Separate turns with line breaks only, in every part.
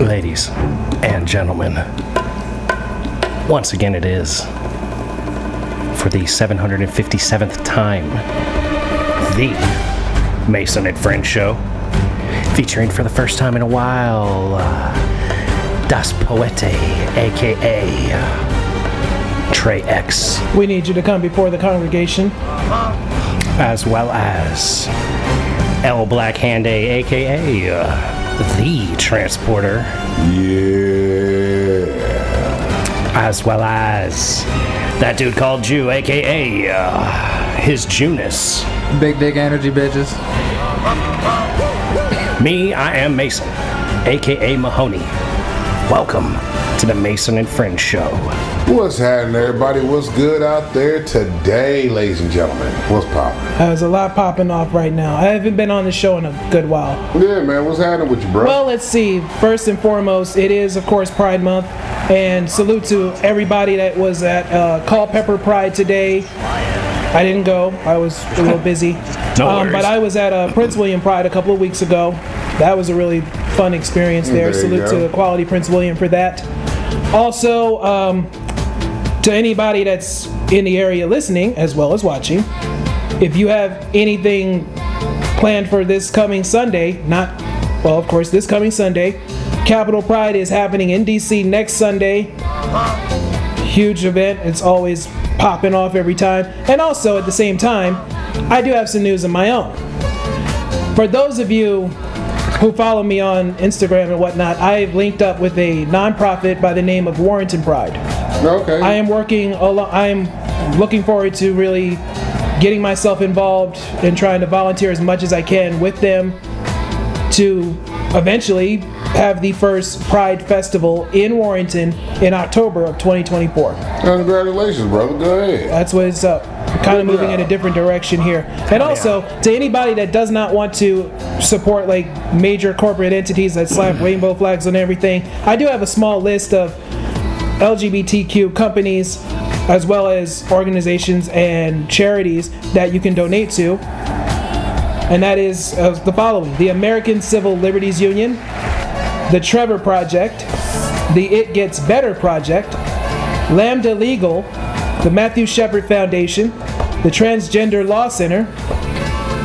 Ladies and gentlemen, once again it is for the 757th time the Mason and Friend Show, featuring for the first time in a while uh, Das Poete, aka Trey X,
We need you to come before the congregation.
as well as L Black Hand A, aka uh, The Transporter.
Yeah.
as well as that dude called Jew, aka uh, his Junus.
Big dick energy bitches.
Me, I am Mason, aka Mahoney. Welcome to the Mason and Friends show.
What's happening, everybody? What's good out there today, ladies and gentlemen? What's poppin'?
There's a lot popping off right now. I haven't been on the show in a good while.
Yeah, man. What's happening with you, bro?
Well, let's see. First and foremost, it is, of course, Pride Month. And salute to everybody that was at uh, Culpeper Pride today. I didn't go, I was a little busy.
No
um,
worries.
but I was at uh, Prince William Pride a couple of weeks ago. That was a really fun experience there.
There you
salute
go.
to Quality Prince William for that. Also, um, to anybody that's in the area listening as well as watching, if you have anything planned for this coming Sunday, not, well, of course, this coming Sunday, Capital Pride is happening in DC next Sunday. Huge event. It's always popping off every time. And also, at the same time, I do have some news of my own. For those of you who follow me on Instagram and whatnot, I've linked up with a nonprofit by the name of Warrington Pride.
okay.
I am working a lot. I am looking forward to really getting myself involved and trying to volunteer as much as I can with them to eventually have the first Pride Festival in Warrington in October of 2024.
Congratulations, brother. Go ahead.
That's what it's up. Kind of moving in a different direction here. And also, to anybody that does not want to support like major corporate entities that slap rainbow flags on everything, I do have a small list of LGBTQ companies as well as organizations and charities that you can donate to. And that is uh, the following the American Civil Liberties Union, the Trevor Project, the It Gets Better Project, Lambda Legal, the Matthew Shepard Foundation, the Transgender Law Center,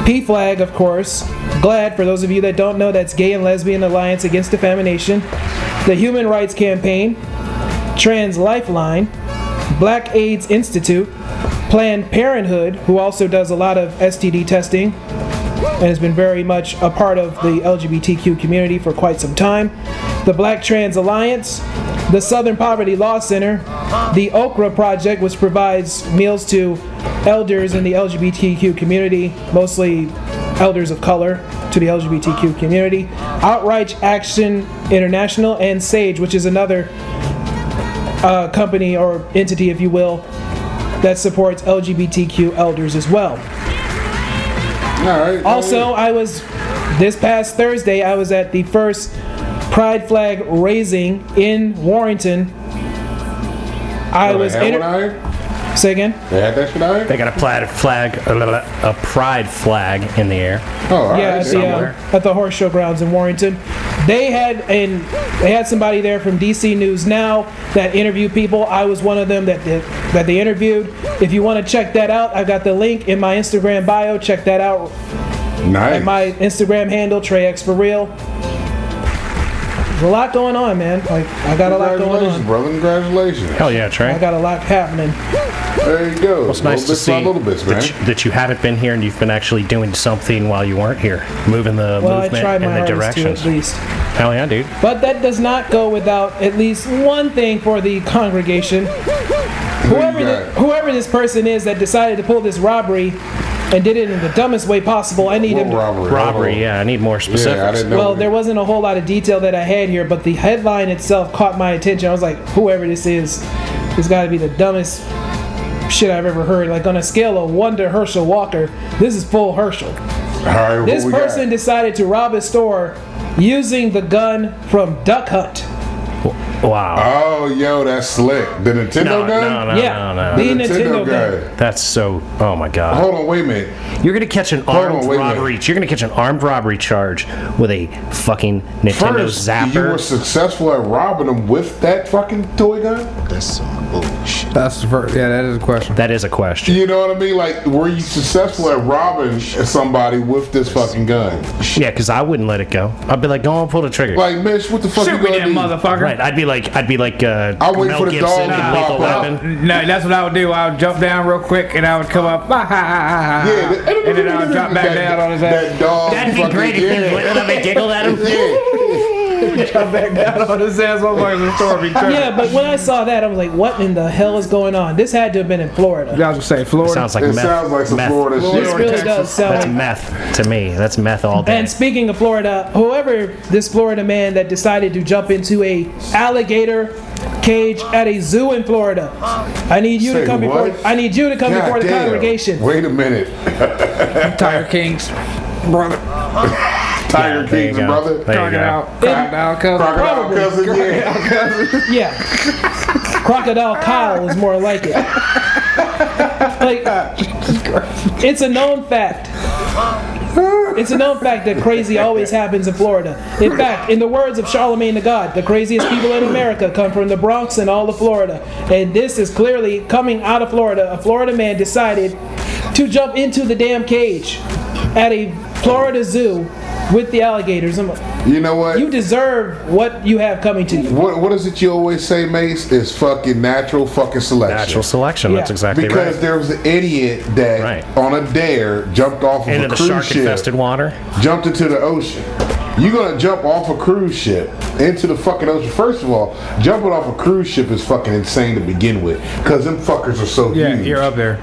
P Flag, of course, GLAD, for those of you that don't know, that's Gay and Lesbian Alliance Against Defamation, the Human Rights Campaign, Trans Lifeline, Black AIDS Institute, Planned Parenthood, who also does a lot of STD testing and has been very much a part of the LGBTQ community for quite some time, the Black Trans Alliance, the Southern Poverty Law Center, the Okra Project, which provides meals to elders in the LGBTQ community, mostly elders of color to the LGBTQ community, Outreach Action International, and SAGE, which is another uh, company or entity, if you will, that supports LGBTQ elders as well.
All right. go
Also, I was this past Thursday. I was at the first Pride flag raising in Warrington. I
ahead.
was
They had
inter-
one out here?
say again.
They had that shit out
They
here?
got a plaid flag, a pride flag in the air.
Oh, all right.
Yeah, at the, uh,
Somewhere.
at the horse show grounds in Warrington. They had and they had somebody there from DC News Now that interviewed people. I was one of them that they, that they interviewed. If you want to check that out, I've got the link in my Instagram bio. Check that out.
Nice.
My Instagram handle TreyX for real. There's a lot going on, man. Like I got a lot going
Congratulations,
on.
brother. Congratulations.
Hell yeah,
I
Trey.
got a lot happening.
There you go.
It's nice to
bits
see
by little bits, man.
that, you, that you haven't been here and you've been actually doing something while you weren't here, moving the
Well, I
movement
tried
in
my
the
hardest to
directions.
at least.
Hell yeah, dude.
But that does not go without at least one thing for the congregation. Whoever,
you
thi-
got?
whoever this person is that decided to pull this robbery and did it in the dumbest way possible, I need
What
him. to-
robbery?
Robbery, yeah. I need more specifics.
Yeah, I didn't know.
Well, there wasn't a whole lot of detail that I had here, but the headline itself caught my attention. I was like, whoever this is, this got to be the dumbest shit I've ever heard. Like on a scale of one to Herschel Walker, this is full Herschel.
All right, what
This
we
person
got?
decided to rob a store using the gun from Duck Hunt.
Wow.
Oh, yo, that's slick. The Nintendo
No,
gun?
no, no,
yeah,
no, no.
the
The
Nintendo,
Nintendo
game.
guy.
That's so. Oh my god.
Hold on, wait a minute.
You're gonna catch an armed
on, wait a minute.
robbery. You're gonna catch an armed robbery charge with a fucking Nintendo
First, you
Zapper.
were successful at robbing them with that fucking toy gun.
That's some bullshit.
That's the first. Yeah, that is a question.
that is a question.
You know what I mean? Like, were you successful at robbing somebody with this fucking gun?
Yeah, because I wouldn't let it go. I'd be like, go on, pull the trigger.
Like, Mitch, what the fuck
Shoot
you
me,
gonna
that
do?
motherfucker.
right. I'd be like, I'd be like uh,
I'll wait
Mel
for the
Gibson
dog to
in Lethal
pop out.
Weapon.
No, that's what I would do. I would jump down real quick and I would come up.
Yeah,
Yeah,
that-
and then I would drop back
that-
down on his ass.
That dog.
That'd be
fucking-
great if
yeah.
they went up and giggled at him.
Drop back down on his ass. Motherfuckers in the store be turning.
Yeah, but when I saw that, I was like, what in the hell is going on? This had to have been in Florida.
Y'all just say Florida.
Sounds like
It
meth.
sounds like some
meth.
Florida shit.
This really does sound
That's
like
meth to me. That's meth all day.
And speaking of Florida, whoever this Florida man that decided to jump into a alligator cage at a zoo in Florida, I need you
Say
to come
what?
before. I need you to come
God
before the
damn.
congregation.
Wait a minute.
Tiger Kings, brother.
Tiger
Yeah, there you
King's
go.
brother.
There you go.
Crocodile, crocodile cousin.
Crocodile
Probably.
cousin, yeah.
Yeah, crocodile Kyle is more like it. Like, it's a known fact. It's a known fact that crazy always happens in Florida. In fact, in the words of Charlemagne the God, the craziest people in America come from the Bronx and all of Florida. And this is clearly coming out of Florida. A Florida man decided to jump into the damn cage at a Florida zoo with the alligators. I'm like,
You know what?
You deserve what you have coming to you.
what? What is it you always say, Mace? Is fucking natural fucking selection.
Natural selection. That's
Yeah.
exactly
Because
right.
there was an idiot that
Right.
on a dare jumped off of
Into
a
the
cruise
shark
ship,
infested water.
jumped into the ocean. You're gonna jump off a cruise ship into the fucking ocean. First of all, jumping off a cruise ship is fucking insane to begin with, cause them fuckers are so
Yeah,
huge.
you're up there.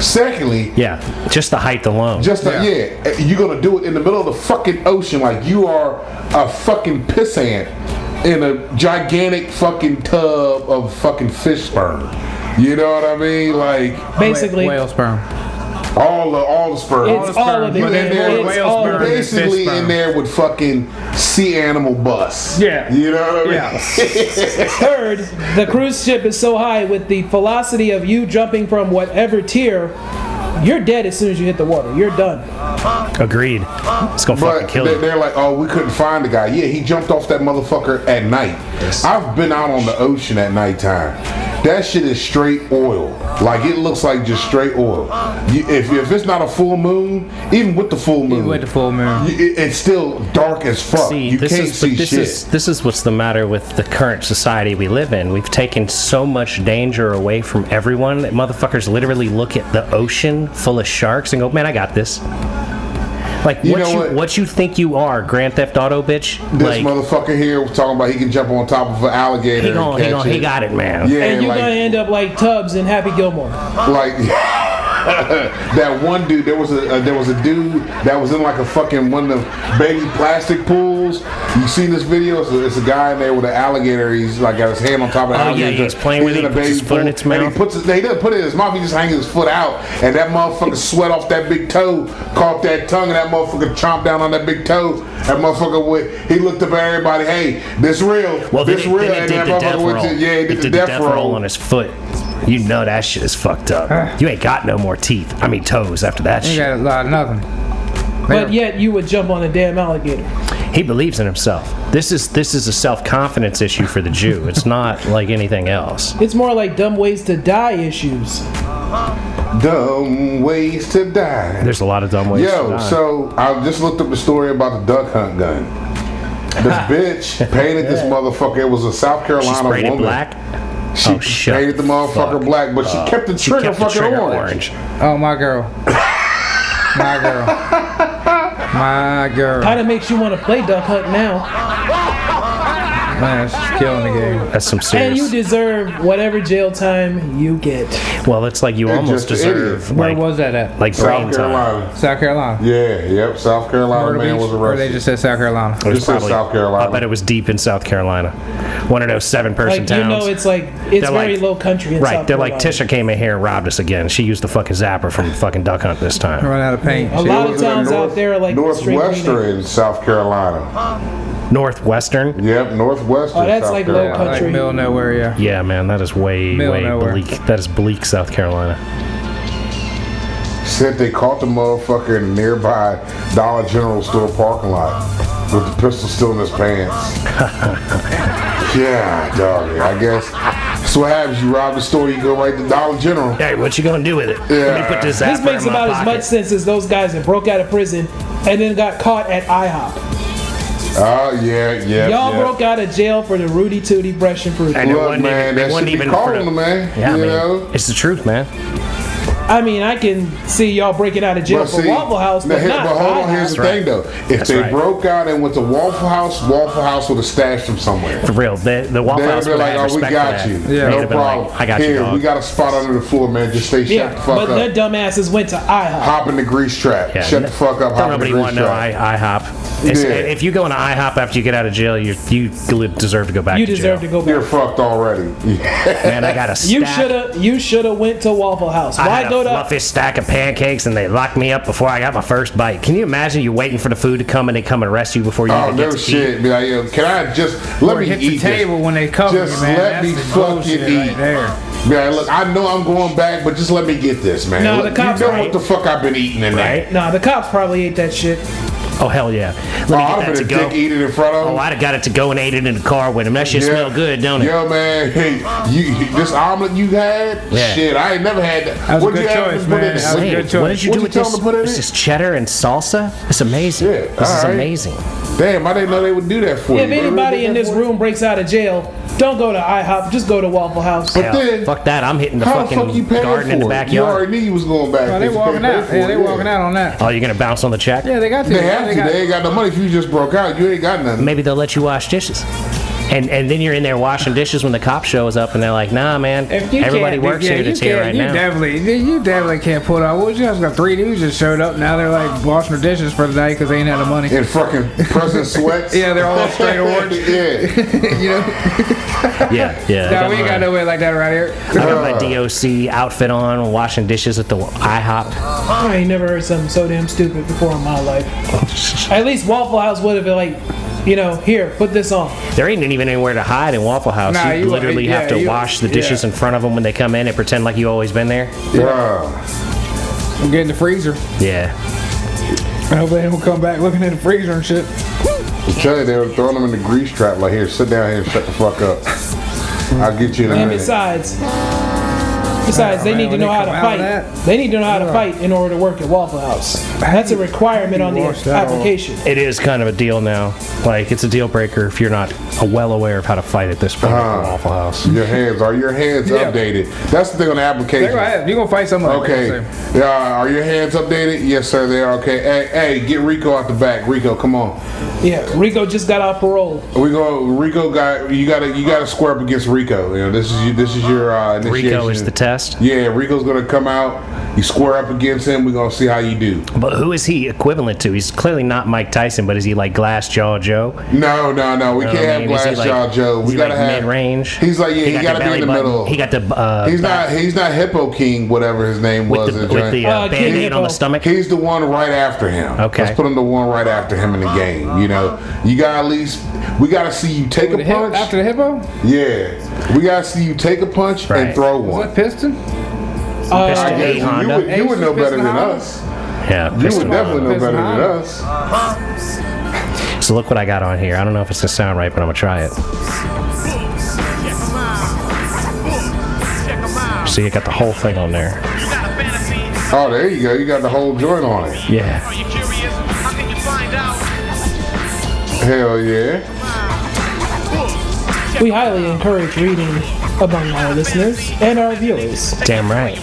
Secondly,
Yeah, just the height alone.
just yeah. yeah, you're gonna do it in the middle of the fucking ocean like you are a fucking pissant in a gigantic fucking tub of fucking fish sperm. You know what I mean? Like
Basically,
Whale sperm.
all the all the sperm.
It's all of it,
But
man.
in there,
It's all of it.
basically in there with fucking sea animal bus.
Yeah.
You know what I mean?
Third, the cruise ship is so high with the velocity of you jumping from whatever tier, you're dead as soon as you hit the water. You're done.
Agreed. It's gonna fucking
But
kill
they-
you.
they're like, oh, we couldn't find the guy. Yeah, he jumped off that motherfucker at night. I've been out on the ocean at nighttime. That shit is straight oil. Like it looks like just straight oil. You, if, if it's not a full moon, even with the full moon,
With the full moon.
you- it- it's still dark as fuck.
See,
Oh, you
this
can't
is
see
but this
shit.
is this is what's the matter with the current society we live in. We've taken so much danger away from everyone that motherfuckers literally look at the ocean full of sharks and go, "Man, I got this." Like
You
what
know
you
what?
what? you think you are, Grand Theft Auto bitch?
this
like
motherfucker here was talking about he can jump on top of an alligator.
he gon'
and
he
catch
gon' he
it.
got it, man.
Yeah,
And you're
like,
gonna end up like Tubbs and Happy Gilmore.
like that one dude. There was a uh, there was a dude that was in like a fucking one of the baby plastic pools. You seen this video? It's a, it's a guy in there with an alligator. He's like got his hand on top of the
Oh, yeah,
alligator.
he's playing with it,
in a
he puts his
baby
foot in
pool,
its
And
mouth.
he puts his, he doesn't put it in his mouth. He just hangs his foot out, and that motherfucker sweat off that big toe, caught that tongue, and that motherfucker chomped down on that big toe. That motherfucker went. He looked up at everybody. Hey, this real.
Well, then,
this
it,
real.
then it
and
did
that
the death
motherfucker
roll.
went to yeah, he
it
did, the death, roll.
on his foot. You know that shit is fucked up. You ain't got no more teeth. I mean toes after that
You
shit.
got a lot of nothing.
But yet you would jump on a damn alligator.
He believes in himself. This is this is a self confidence issue for the Jew. It's not like anything else.
It's more like dumb ways to die issues.
Dumb ways to die.
There's a lot of dumb ways. to
Yo,
die.
so I just looked up the story about the duck hunt gun. This bitch painted this motherfucker. It was a South
she
Carolina
sprayed it
woman.
black.
She
Oh, shut
painted the motherfucker
fuck
black, but she kept the
She
trigger
kept the
fucking
trigger
orange.
orange.
Oh, my girl. My girl. My girl.
Kinda makes you wanna play duck hunt now.
Man, she's killing the game.
That's some
And
serious.
you deserve whatever jail time you get.
well, it's like you almost
just an
deserve
Where
like
was that at?
like brain time.
South Carolina.
South Carolina.
Yeah, yep. South Carolina
Myrtle
man
Beach,
was
or they
arrested.
just said South Carolina.
It was
This is South Carolina.
I bet it was deep in South Carolina. One of those seven person
Like you
towns.
know it's like it's
They're
very
like-
low country in
right.
South
they're like
Carolina.
Tisha came in here and robbed us again. She used the fucking zapper from fucking duck hunt this time.
Run out of paint.
A
Shit.
lot
It
of
was in
towns
North-
out there are like extreme
Northwestern, South Carolina.
Northwestern.
Yep, Northwestern.
Oh, that's
South
like low
Carolina.
country.
Like middle of nowhere, yeah.
Yeah, man, that is way,
Middle of
way
nowhere.
bleak. That is bleak, South Carolina.
Said they caught the motherfucker in a nearby Dollar General store parking lot with the pistol still in his pants. yeah, dog. I guess that's what happens. You rob the store, you go right to Dollar General.
Hey, what you gonna do with it? Let me put this out.
This makes about as much sense as those guys that broke out of prison and then got caught at IHOP.
Oh yeah, yeah.
Y'all
yeah.
broke out of jail for the Rudy Tooty brush and fruit.
And it
Look,
wasn't
man,
even,
that
it
should
wasn't
be
even for
calling
the-
them, man.
Yeah,
You
man,
know?
it's the truth, man.
I mean, I can see y'all breaking out of jail
But
for
see,
Waffle House,
now
but
here-
not
but hold on, here's
IHOP.
the
That's
thing though. If
That's
they
right.
broke out and went to Waffle House, Waffle House would have stashed them somewhere.
For real, the, the Waffle
They'd
House
be
would
like,
have
"Oh, we
respect
got
for
you.
that. They'd
No
have been
problem.
Like, I got
Here,
you, dog.
we got a spot under the floor, man. Just stay
Yeah,
shut the
but
fuck
their
up.
dumbasses went to IHOP.
Hop in the grease trap.
Yeah,
Shut
n-
the fuck up.
Don't
Hop in
nobody
the
want no
grease trap.
I, IHOP. It's,
Yeah.
If you go on IHOP after you get out of jail, you you deserve to go back.
You
to
deserve to
jail.
go
You're
back.
fucked already. Yeah.
Man, I got a stack.
You shoulda, you shoulda went to Waffle House.
I
Why
had
go
a
to?
fluffish stack of pancakes, and they locked me up before I got my first bite. Can you imagine you waiting for the food to come and they come and arrest you before you
Oh
even get
no
to eat?
shit. Be like, yo, can I just let
Or
me
hit the
eat
table
this?
when they cover
Just
you, man.
let
That's
me
the
fucking
bullshit
eat.
right there.
Be like, look, I know I'm going back, but just let me get this, man.
No,
Look,
the cops
you know
are
what the fuck I've been eating in there.
Right?
Nah, the cops probably ate that shit.
Oh hell yeah! Let me
Oh,
get
I'd
that
have
to
been a dick
go.
eating in front of him.
Oh, I'd have got it to go and ate it in the car with him. That shit smell good, don't it?
Yo, man, hey, you, this omelet you had,
Yeah.
shit, I ain't never had that.
That was a
What'd
good
you have
choice,
to put in
man.
it?
That was a
Wait,
good choice.
what did you
What'd
do
you
with
tell
this?
them to put it
This
in?
is cheddar and salsa. It's amazing.
Yeah,
this is
alright.
amazing.
Damn, I didn't know they would do that for you.
If
They really
anybody
did
in
that
this
for you?
room breaks out of jail, don't go to IHOP. Just go to Waffle House.
But
Hell,
then,
fuck that! I'm hitting the
how the
fucking
fuck you paying
garden
for
in the
it? You
backyard.
already knew you was going back.
Oh,
there.
they
You
walking
paid
out.
for
Yeah,
it,
they walking out on that.
Oh, you're gonna bounce on the check?
Yeah, they got to.
They have to.
got-
They ain't got no money if you just broke out. You ain't got nothing.
Maybe they'll let you wash dishes. And and then you're in there washing dishes when the cop shows up and they're like, Nah, man,
If you
everybody
can't do-
works
yeah,
here that's
you
here
can't-
right
you
now.
Definitely, you- you definitely can't pull it off. Well, you just got three dudes just showed up. Now they're like washing their dishes for the night because they ain't had the money.
In fucking present sweats.
Yeah, they're all straight orange.
yeah.
you know,
yeah, yeah.
nah,
Got
we ain't got
my-
no way like that around here.
I got my DOC outfit on, washing dishes at the IHOP.
I ain't never heard something so damn stupid before in my life. At least Waffle House would have been like, you know, here, put this on.
There ain't even anywhere to hide in Waffle House.
Nah,
you,
you-
literally
yeah,
have to
you-
wash the dishes
yeah.
in front of them when they come in and pretend like you always been there.
Yeah.
I'm getting the freezer.
Yeah,
I hope they don't come back looking in the freezer and shit.
I'm telling you, they were throwing them in the grease trap. Like, here, sit down here and shut the fuck up. I'll get you in a
And
minute.
besides, besides,
Oh,
they
man,
need to
when
know
they
how to
come
fight.
out of that-
They need to know how to fight in order to work at Waffle House. That's a requirement on the
Wash that off.
application.
it is kind of a deal now. Like it's a deal breaker if you're not well aware of how to fight at this point at
Uh-huh.
the Waffle House.
Your hands are your hands
Yeah.
updated? That's the thing on the
They're
application.
gonna have, you gonna fight somebody.
Okay. Uh, are your hands updated? Yes, sir. They are. Okay. Hey, hey, get Rico out the back. Rico, come on.
Yeah, Rico just got off parole.
We go. Rico got you. Got to you. Got to square up against Rico. You know this is you, this is your uh, initiation.
Rico is the test.
Yeah, Rico's gonna come out. You square up against him. We're gonna see how you do.
But who is he equivalent to? He's clearly not Mike Tyson, but is he like Glass Jaw Joe?
No, no, no. We
You know
can't
what I
have
mean? Oh, Is
Glass
he like-
Jaw Joe.
is
We
he
gotta
like
have
mid-range?
He's like yeah. He,
got
gotta
the
be
belly
in the
button.
middle.
He got the uh,
He's
back
not. He's not Hippo King. Whatever his name was.
with the
in
with the
Giant-
uh,
Uh, King
band-aid on
Hippo.
the stomach.
He's the one right after him.
Okay.
Let's put him the one right after him in the game. You know, you got at least we got to see you take
The
a
hip,
punch.
after the hippo,
yeah, we got to see you take a punch
Right.
and throw
was that
one.
piston?
Piston
I
A
guess uh, you
Honda.
would, you would know better than us.
yeah,
You
Piston
would definitely
Honda.
know better than
Piston
us.
So look what I got on here. I don't know if it's gonna sound right, but I'm gonna try it. See, I got the whole thing on there.
Oh, there you go. You got the whole joint on it.
Yeah,
Hell yeah.
We highly encourage reading among our listeners and our viewers.
damn right.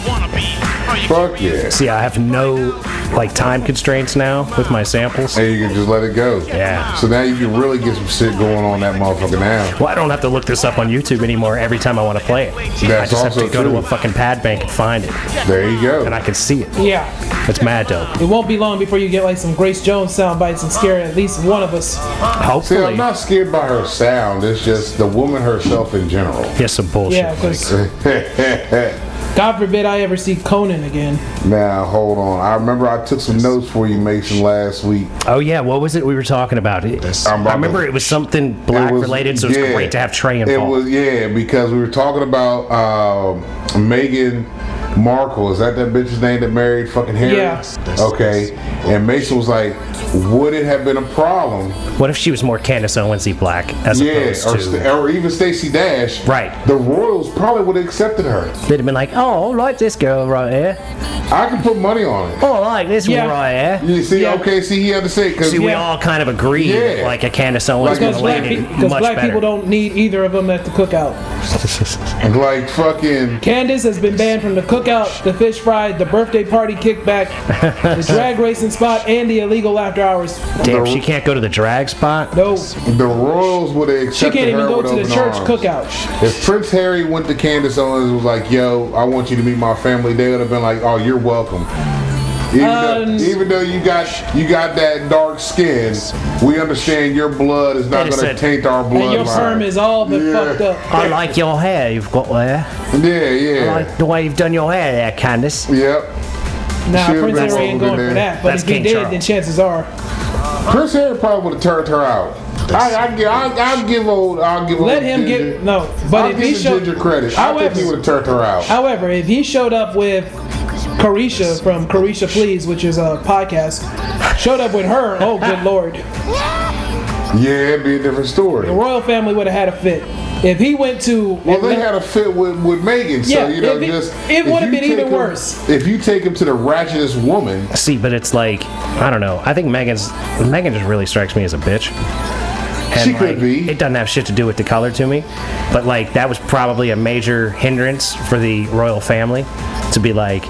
Fuck yeah.
See, I have no like time constraints now with my samples.
And you can just let it go.
Yeah.
So now you can really get some shit going on that motherfucker now.
Well, I don't have to look this up on YouTube anymore every time I want to play it. I
That's
just have to
also
go to
true.
a fucking pad bank and find it,
There you
and
go.
I can see it.
Yeah,
It's mad dope.
it won't be long before you get like some Grace Jones sound bites and scare at least one of us.
See, I'm
Hopefully,
not scared by her sound. It's just the woman herself in general.
Yes, some bullshit.
Yeah, because
like,
God forbid I ever see Conan again.
Now hold on. I remember I took some notes for you, Mason, last week.
Oh yeah, what was it we were talking about? It-
This-
I remember it was something black
was-
related, so it's
yeah.
great to have Trey
It
involved.
was yeah because we were talking about um, Megan Markle. Is that that bitch's name that married fucking Harry?
Yeah.
Okay. And Mason was like, would it have been a problem?
what if she was more Candace Owensy black as
Yeah,
opposed
or,
to?
st- or even Stacey Dash.
Right.
The Royals probably would have accepted her.
They'd have been like, oh, I like this girl right here.
I can put money on it.
Oh, I like this
Yeah.
one right here.
You see,
Yeah.
okay, see, he had to say because
See, we
Yeah.
all kind of agree that
Yeah.
like a Candace Owens would
Like,
Because
have
black,
landed
pe- 'cause
much
black
better.
people don't need either of them at the cookout.
like fucking
Candace has been banned from the cookout, the fish fry, the birthday party kickback, the drag racing spot, and the illegal after hours.
Damn, she can't go to the drag spot.
No,
the Royals would have
she
accepted
can't even
her
go
with
to the
open
church
arms.
cookout.
If Prince Harry went to Candace Owens and was like, "Yo, I want you to meet my family," they would have been like, "Oh, you're welcome." Even,
Um,
though, even though you got you got that dark skin, we understand your blood is not
They
going to
said-
taint our bloodline.
And your firm is all but
Yeah.
fucked up.
I like your hair you've got there.
Yeah,
I
yeah,
like the way you've done your hair there, Candace.
yep.
Nah,
Should've
Prince
been
Harry ain't
older
going for
than-
that. But
That's
if he
King
did,
Charles.
then chances are.
Prince Harry probably would have turned her out. I, I, gi- I, I give old, I'll give old.
Let him
Ginger,
get no. But
I'll
if
give
he
the
showed,
Ginger credit. I think
however,
he would have turned her out.
however, if he showed up with Carisha from Carisha Please, which is a podcast, showed up with her, oh good lord,
yeah, it'd be a different story.
the royal family would have had a fit. If he went to
Well, they had a fit with, with Megan, so
Yeah,
you know,
if it-
just
it
if
would've
you
been
take
even
him-
worse.
If you take him to the ratchetest woman,
See, but it's like I don't know. I think Megan's Megan just really strikes me as a bitch. And
She could
like,
be.
It doesn't have shit to do with the color to me, but like that was probably a major hindrance for the royal family to be like,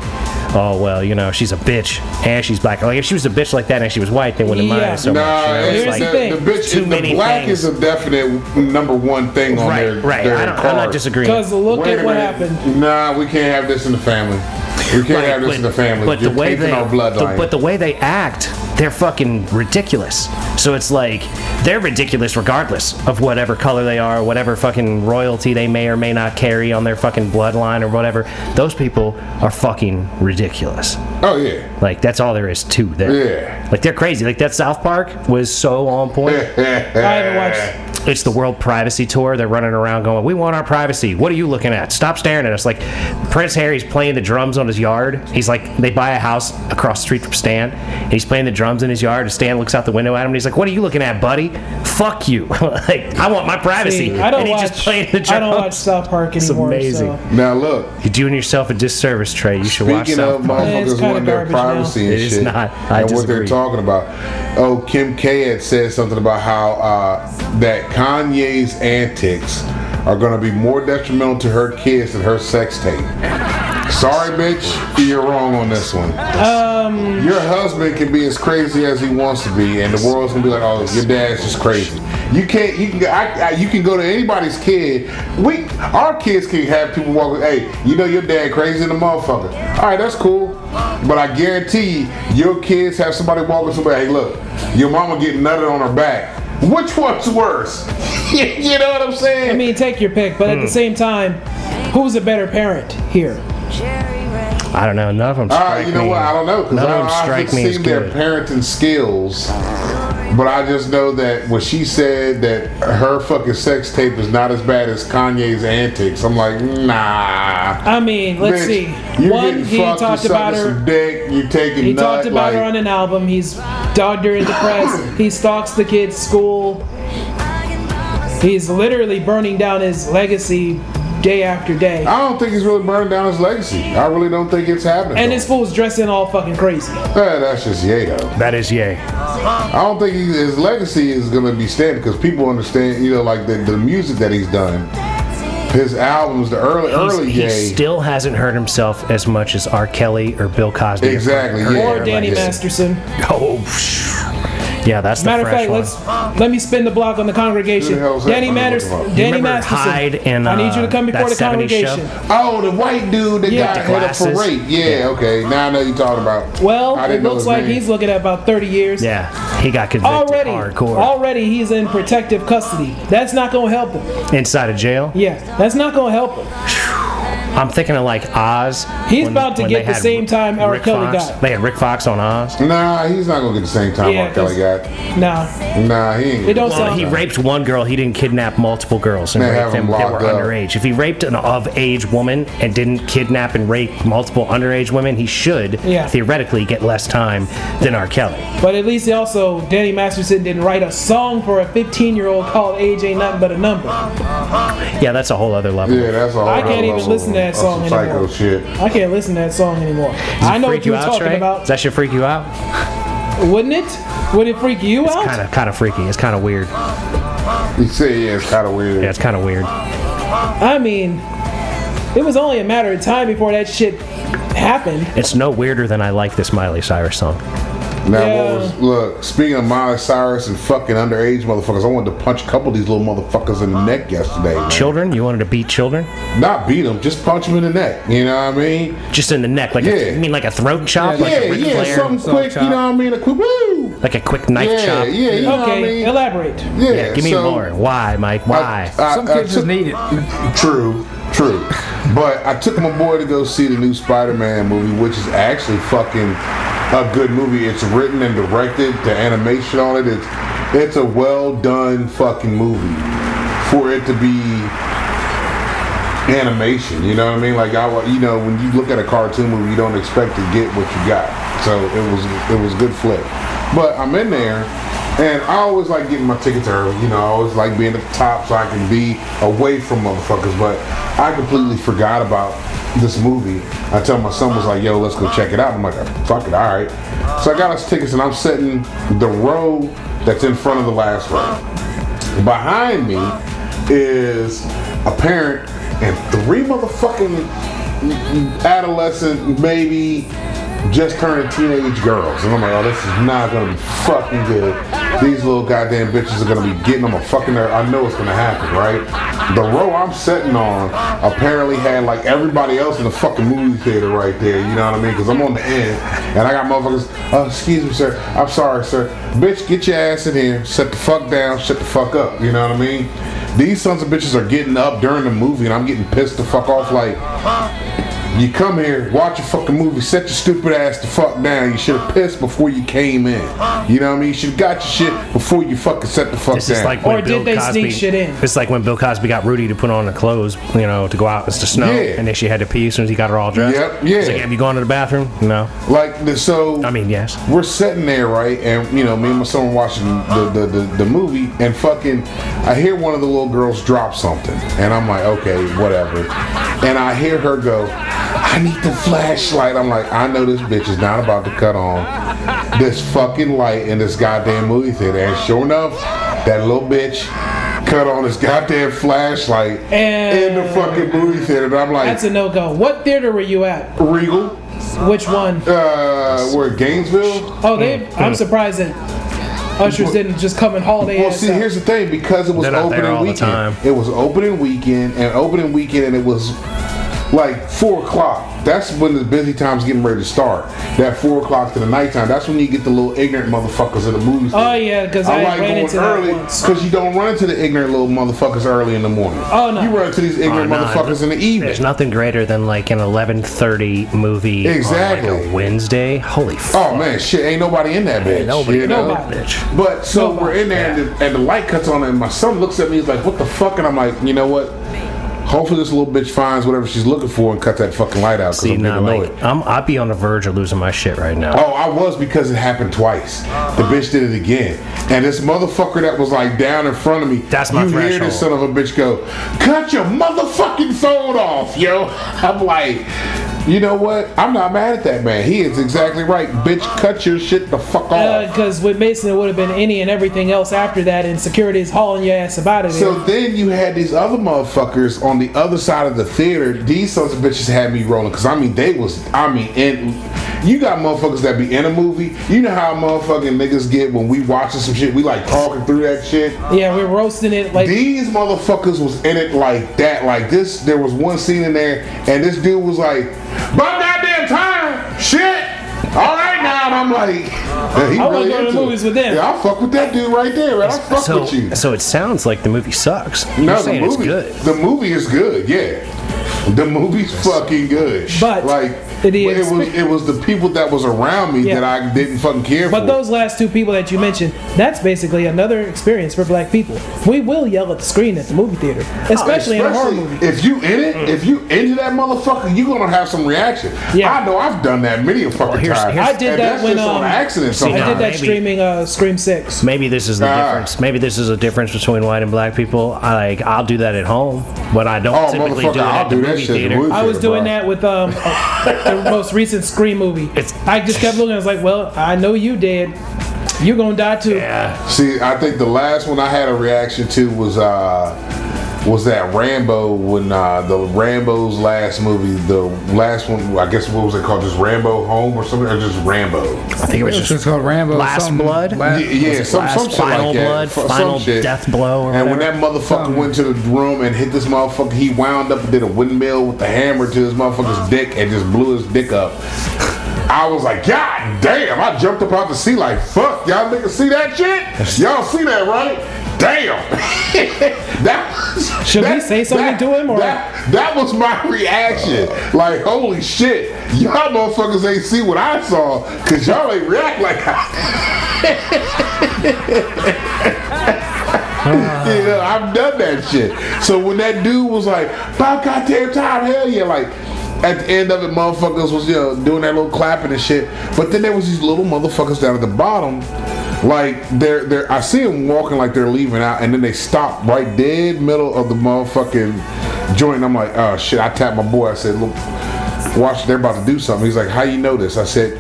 oh well, you know, she's a bitch and she's black. Like if she was a bitch like that and she was white, they wouldn't
Yeah.
mind it so much.
nah,
you know?
it's
It's
here's
like-
the
the,
thing.
the bitch.
Too
the
many
black
things.
is a definite number one thing on
right,
their
right.
their
I don't, I'm
card.
not disagreeing.
because look
Wait
at
a
what
minute.
happened.
Nah, we can't have this in the family. We can't
Right,
have this in the family.
But
You're
the way
tainting
they,
our
the-
bloodline.
but the way they act, they're fucking ridiculous. So it's like they're ridiculous regardless of whatever color they are, whatever fucking royalty they may or may not carry on their fucking bloodline or whatever. Those people are fucking ridiculous.
oh yeah,
Like that's all there is to them.
Yeah.
Like they're crazy. Like that South Park was so on point.
I haven't watched.
It's the World Privacy Tour. They're running around going, "We want our privacy. What are you looking at? Stop staring at us!" Like Prince Harry's playing the drums on his yard. He's like, they buy a house across the street from Stan. And he's playing the drums in his yard, and Stan looks out the window at him, and he's like, "What are you looking at, buddy? Fuck you! like I want my privacy."
See, I don't
and he
watch.
just playing the drums.
I don't watch South Park anymore.
amazing.
So.
Now look,
You're doing yourself a disservice, Trey. You should watch
Speaking of
South Park.
Yeah, it's
motherfuckers
kinda
wanting their
garbage now.
privacy and
It is
shit,
not. I
and what
disagree.
they're talking about. Oh, Kim K had said something about how uh, that Kanye's antics are going to be more detrimental to her kids than her sex tape. Sorry, bitch, you're wrong on this one.
Uh,
Um, your husband can be as crazy as he wants to be, and the world's gonna be like, "Oh, your dad's just crazy." You can't. You can. I, I, you can go to anybody's kid. We, our kids can have people walk. Hey, you know your dad crazy in the motherfucker. All right, that's cool. But I guarantee you, your kids have somebody walking somebody. Hey, look, your mama getting nutted on her back. Which one's worse? you know what I'm saying?
I mean, take your pick, but at
Hmm.
the same time, who's a better parent here?
I don't know. None of them strike
Uh, you know
me.
what? I don't know because
None
I,
of them
I
strike
haven't
me as
seen their
good.
parenting skills, but I just know that when she said that her fucking sex tape is not as bad as Kanye's antics, I'm like, nah.
I mean, let's
Bitch,
see.
You
One,
getting
he
fucked,
talked
you
about
sucking
her.
Some dick, you taking.
He
nut,
talked about
like,
her on an album. He's dogged her in the press. he stalks the kids' school. He's literally burning down his legacy day after day.
I don't think he's really burning down his legacy. I really don't think it's happening.
And
to
this
him.
fool's dressing all fucking crazy.
Eh, that's just Yato.
That is yay.
I don't think he, his legacy is gonna be standing because people understand, you know, like the, the music that he's done, his albums, the early
He's-
early
he
Ye.
still hasn't hurt himself as much as R. Kelly or Bill Cosby.
Exactly.
Hurt
Yeah,
Or
him.
Danny
like it's-
Masterson.
Oh, phew. yeah, that's the
Matter of
fresh
fact,
one.
let's let me spin the block on the congregation.
Who the hell's that?
Danny
I don't know what
Matters,
you're talking about.
You
Danny
remember
Masterson.
Hyde in,
I need you to
uh,
come before
that
the
70s show?
congregation.
Oh, the white dude that
Yeah.
got
The
hit up for
glasses.
rape. Yeah, okay. Now I know you're talking about.
Well,
I
it
didn't know
looks
his
like
name.
he's looking at about 30 years.
yeah, he got convicted
Already,
hardcore
already he's in protective custody. That's not gonna help him.
inside of jail.
Yeah, that's not gonna help him.
I'm thinking of like Oz.
He's about to get
they
the
had
same time R.
Rick
Kelly
Fox.
got.
They had Rick Fox on Oz.
Nah, he's not gonna get the same time
Yeah,
R. Kelly got.
Nah.
Nah, he ain't.
It don't sound-
He raped one girl. He didn't kidnap multiple girls and
They
rape
have
them
him
that were
locked up.
underage. If he raped an of-age woman and didn't kidnap and rape multiple underage women, he should
Yeah.
theoretically get less time than R. Kelly.
But at least also Danny Masterson didn't write a song for a 15 year old called Age Ain't Nothing But a Number. I
Yeah, that's a whole other level.
Yeah, that's all.
I can't even listen to that song
some psycho
anymore.
shit.
can't listen to that song anymore. I know
freak
what you
you out,
were talking
Trey? Does
about.
that should freak you out?
Wouldn't it? Would it freak you out?
Kind of, kind of freaky. It's kind of weird.
You say yeah, it's kind of weird.
Yeah, it's kind of weird.
I mean, it was only a matter of time before that shit happened.
It's no weirder than I like this Miley Cyrus song.
Now,
Yeah.
what was, look, speaking of Miley Cyrus and fucking underage motherfuckers, I wanted to punch a couple of these little motherfuckers in the neck yesterday. man.
Children, you wanted to beat children?
Not beat them, just punch them in the neck. You know what I mean?
Just in the neck, like
Yeah.
a, you mean like a throat chop,
Yeah,
like
yeah,
a Ric
yeah,
Flair,
something
some
quick. You
chop.
know what I mean? A quick woo.
like a quick knife
Yeah,
chop.
yeah, you know what I
okay,
mean?
elaborate.
Yeah,
Yeah, give me
so-
more. Why, Mike? Why?
I- I-
Some
I
kids just
took-
need it.
True, true. But I took my boy to go see the new Spider-Man movie, which is actually fucking a good movie. It's written and directed, the animation on it, it's it's a well done fucking movie. For it to be animation, you know what I mean? Like I, wa- you know, when you look at a cartoon movie, you don't expect to get what you got. So it was it was good flip. But I'm in there, and I always like getting my tickets early. You know, I always like being at the top so I can be away from motherfuckers. But I completely forgot about this movie until my son was like, "Yo, let's go check it out." I'm like, "Fuck it, all right." So I got us tickets, and I'm sitting the row that's in front of the last row. Behind me is a parent and three motherfucking adolescent, maybe just turning teenage girls. And I'm like, oh, this is not gonna be fucking good. These little goddamn bitches are gonna be getting on my fucking nerve. I know it's gonna happen, right? The row I'm sitting on apparently had like everybody else in the fucking movie theater right there. You know what I mean? Because I'm on the end and I got motherfuckers. Oh, excuse me, sir. I'm sorry, sir. Bitch, get your ass in here. Shut the fuck down. Shut the fuck up. You know what I mean? These sons of bitches are getting up during the movie, and I'm getting pissed the fuck off. Like, you come here, watch a fucking movie, set your stupid ass the fuck down. You should have pissed before you came in. You know what I mean? You should have got your shit before you fucking set the fuck
This
down.
is like
Or
when
did
Bill
they
Cosby,
sneak shit in?
It's like when Bill Cosby got Rudy to put on the clothes, you know, to go out. It's the snow,
Yeah.
and then she had to pee as soon as he got her all dressed.
Yep, yeah.
It's like, have you gone to the bathroom? No.
Like the so
I mean, yes.
We're sitting there, right? And you know, me and my son were watching the the, the the movie and fucking I hear one of the little girls drop something and I'm like, okay, whatever. And I hear her go, I need the flashlight. I'm like, I know this bitch is not about to cut on this fucking light in this goddamn movie theater. And sure enough, that little bitch cut on this goddamn flashlight in the
And-
fucking movie theater. And I'm like,
That's a no go. What theater were you at?
Regal.
Which one?
Uh, we're at Gainesville.
Oh, they.
Mm.
I'm surprised that ushers didn't just come and haul their
Well,
ass
see,
out.
here's the thing because it was
They're not there
opening
all the
weekend.
time.
It was opening weekend and opening weekend, and it was like four o'clock. That's when the busy time's getting ready to start. That four o'clock to the nighttime. That's when you get the little ignorant motherfuckers in the movies.
Oh, yeah, 'cause I ran into that
early
once.
because you don't run into the ignorant little motherfuckers early in the morning.
Oh, no.
you run into these ignorant
Oh, no.
motherfuckers in the evening.
There's nothing greater than like an 11:30 movie
Exactly.
on like a Wednesday. Holy fuck!
Oh man, shit! Ain't nobody in that bitch.
nobody,
you know?
nobody.
bitch.
But so
Nobody.
we're in there, and, the, and the light cuts on, and my son looks at me. He's like, "What the fuck?" And I'm like, "You know what? Hopefully, this little bitch finds whatever she's looking for and cut that fucking light out because
See,
I'm
now,
gonna know
like,
it."
I'm, I'd be on the verge of losing my shit right now.
Oh, I was because it happened twice. The
Uh-huh.
bitch did it again, and this motherfucker that was like down in front of me.
That's my
You hear this son
threshold.
of a bitch go, "Cut your motherfucking phone off, yo!" I'm like. You know what? I'm not mad at that man. He is exactly right. Bitch, cut your shit the fuck off.
Uh,
Because Uh, with Mason, it would have been any and everything else after that, and security is hauling your ass about it.
So then you had these other motherfuckers on the other side of the theater. These sons of bitches had me rolling because I mean they was I mean in. You got motherfuckers that be in a movie. You know how motherfucking niggas get when we watching some shit. We like talking through that shit.
yeah, we're roasting it like
These motherfuckers was in it like that, like this. There was one scene in there, and this dude was like, "About goddamn time, shit." All right now, and I'm like, he
I wanna go to
really
the
into it.
movies with them.
Yeah, I fuck with that dude right there. Man. I fuck
so,
with you.
so it sounds like the movie sucks. You're
No, the
saying
movie,
it's good.
the movie is good. Yeah, The movie's fucking good.
But
like
it
it,
is-
was it was the people that was around me
Yeah.
that I didn't fucking care
But
for.
those last two people that you mentioned, that's basically another experience for black people. We will yell at the screen at the movie theater, especially, in a horror
Oh, Especially
movie.
If you in it, if you into that motherfucker, you gonna have some reaction.
Yeah.
I know I've done that many a fucking
here's-
time.
here's-
I did
And
that
that's
when,
just
um,
on accident.
see,
I
Sometimes.
did that
Nah, maybe.
streaming uh, Scream Six.
Maybe this is the
Ah.
difference. Maybe this is a difference between white and black people. I like I'll do that at home, but I don't
Oh,
typically
motherfucker,
do it at
I'll
the
do that
movie
shit in the
theater.
movie.
I was doing
bro.
that with um, the most recent Scream movie.
It's-
I just kept looking. I was like, "Well, I know you dead. You're gonna die too."
Yeah,
See, I think the last one I had a reaction to was uh was that Rambo when uh the Rambo's last movie, the last one I guess what was it called? Just Rambo Home or something or just Rambo.
I think it was
It's
just
just called Rambo.
Last
something.
Blood?
La-
Yeah, yeah some,
last
some shit
Final
like that.
Blood,
F- some
Final
shit.
Death Blow or
And when
whatever.
that motherfucker
Something.
went to the room and hit this motherfucker, he wound up and did a windmill with the hammer to his motherfucker's dick and just blew his dick up. I was like, God damn! I jumped up out the sea like, fuck, y'all niggas see that shit? Y'all see that right? Damn! that was-
Should we say something
that-
to him, or-
that, that was my reaction? Like, holy shit! Y'all motherfuckers ain't see what I saw because y'all ain't react like I. Yeah, I've done that shit. So when that dude was like, "By goddamn time, hell yeah!" Like at the end of it, motherfuckers was you know doing that little clapping and shit. But then there was these little motherfuckers down at the bottom, like they're they're. I see them walking like they're leaving out, and then they stop right dead middle of the motherfucking joint. And I'm like, "Oh shit!" I tapped my boy. I said, "Look, watch, they're about to do something." He's like, "How you know this?" I said,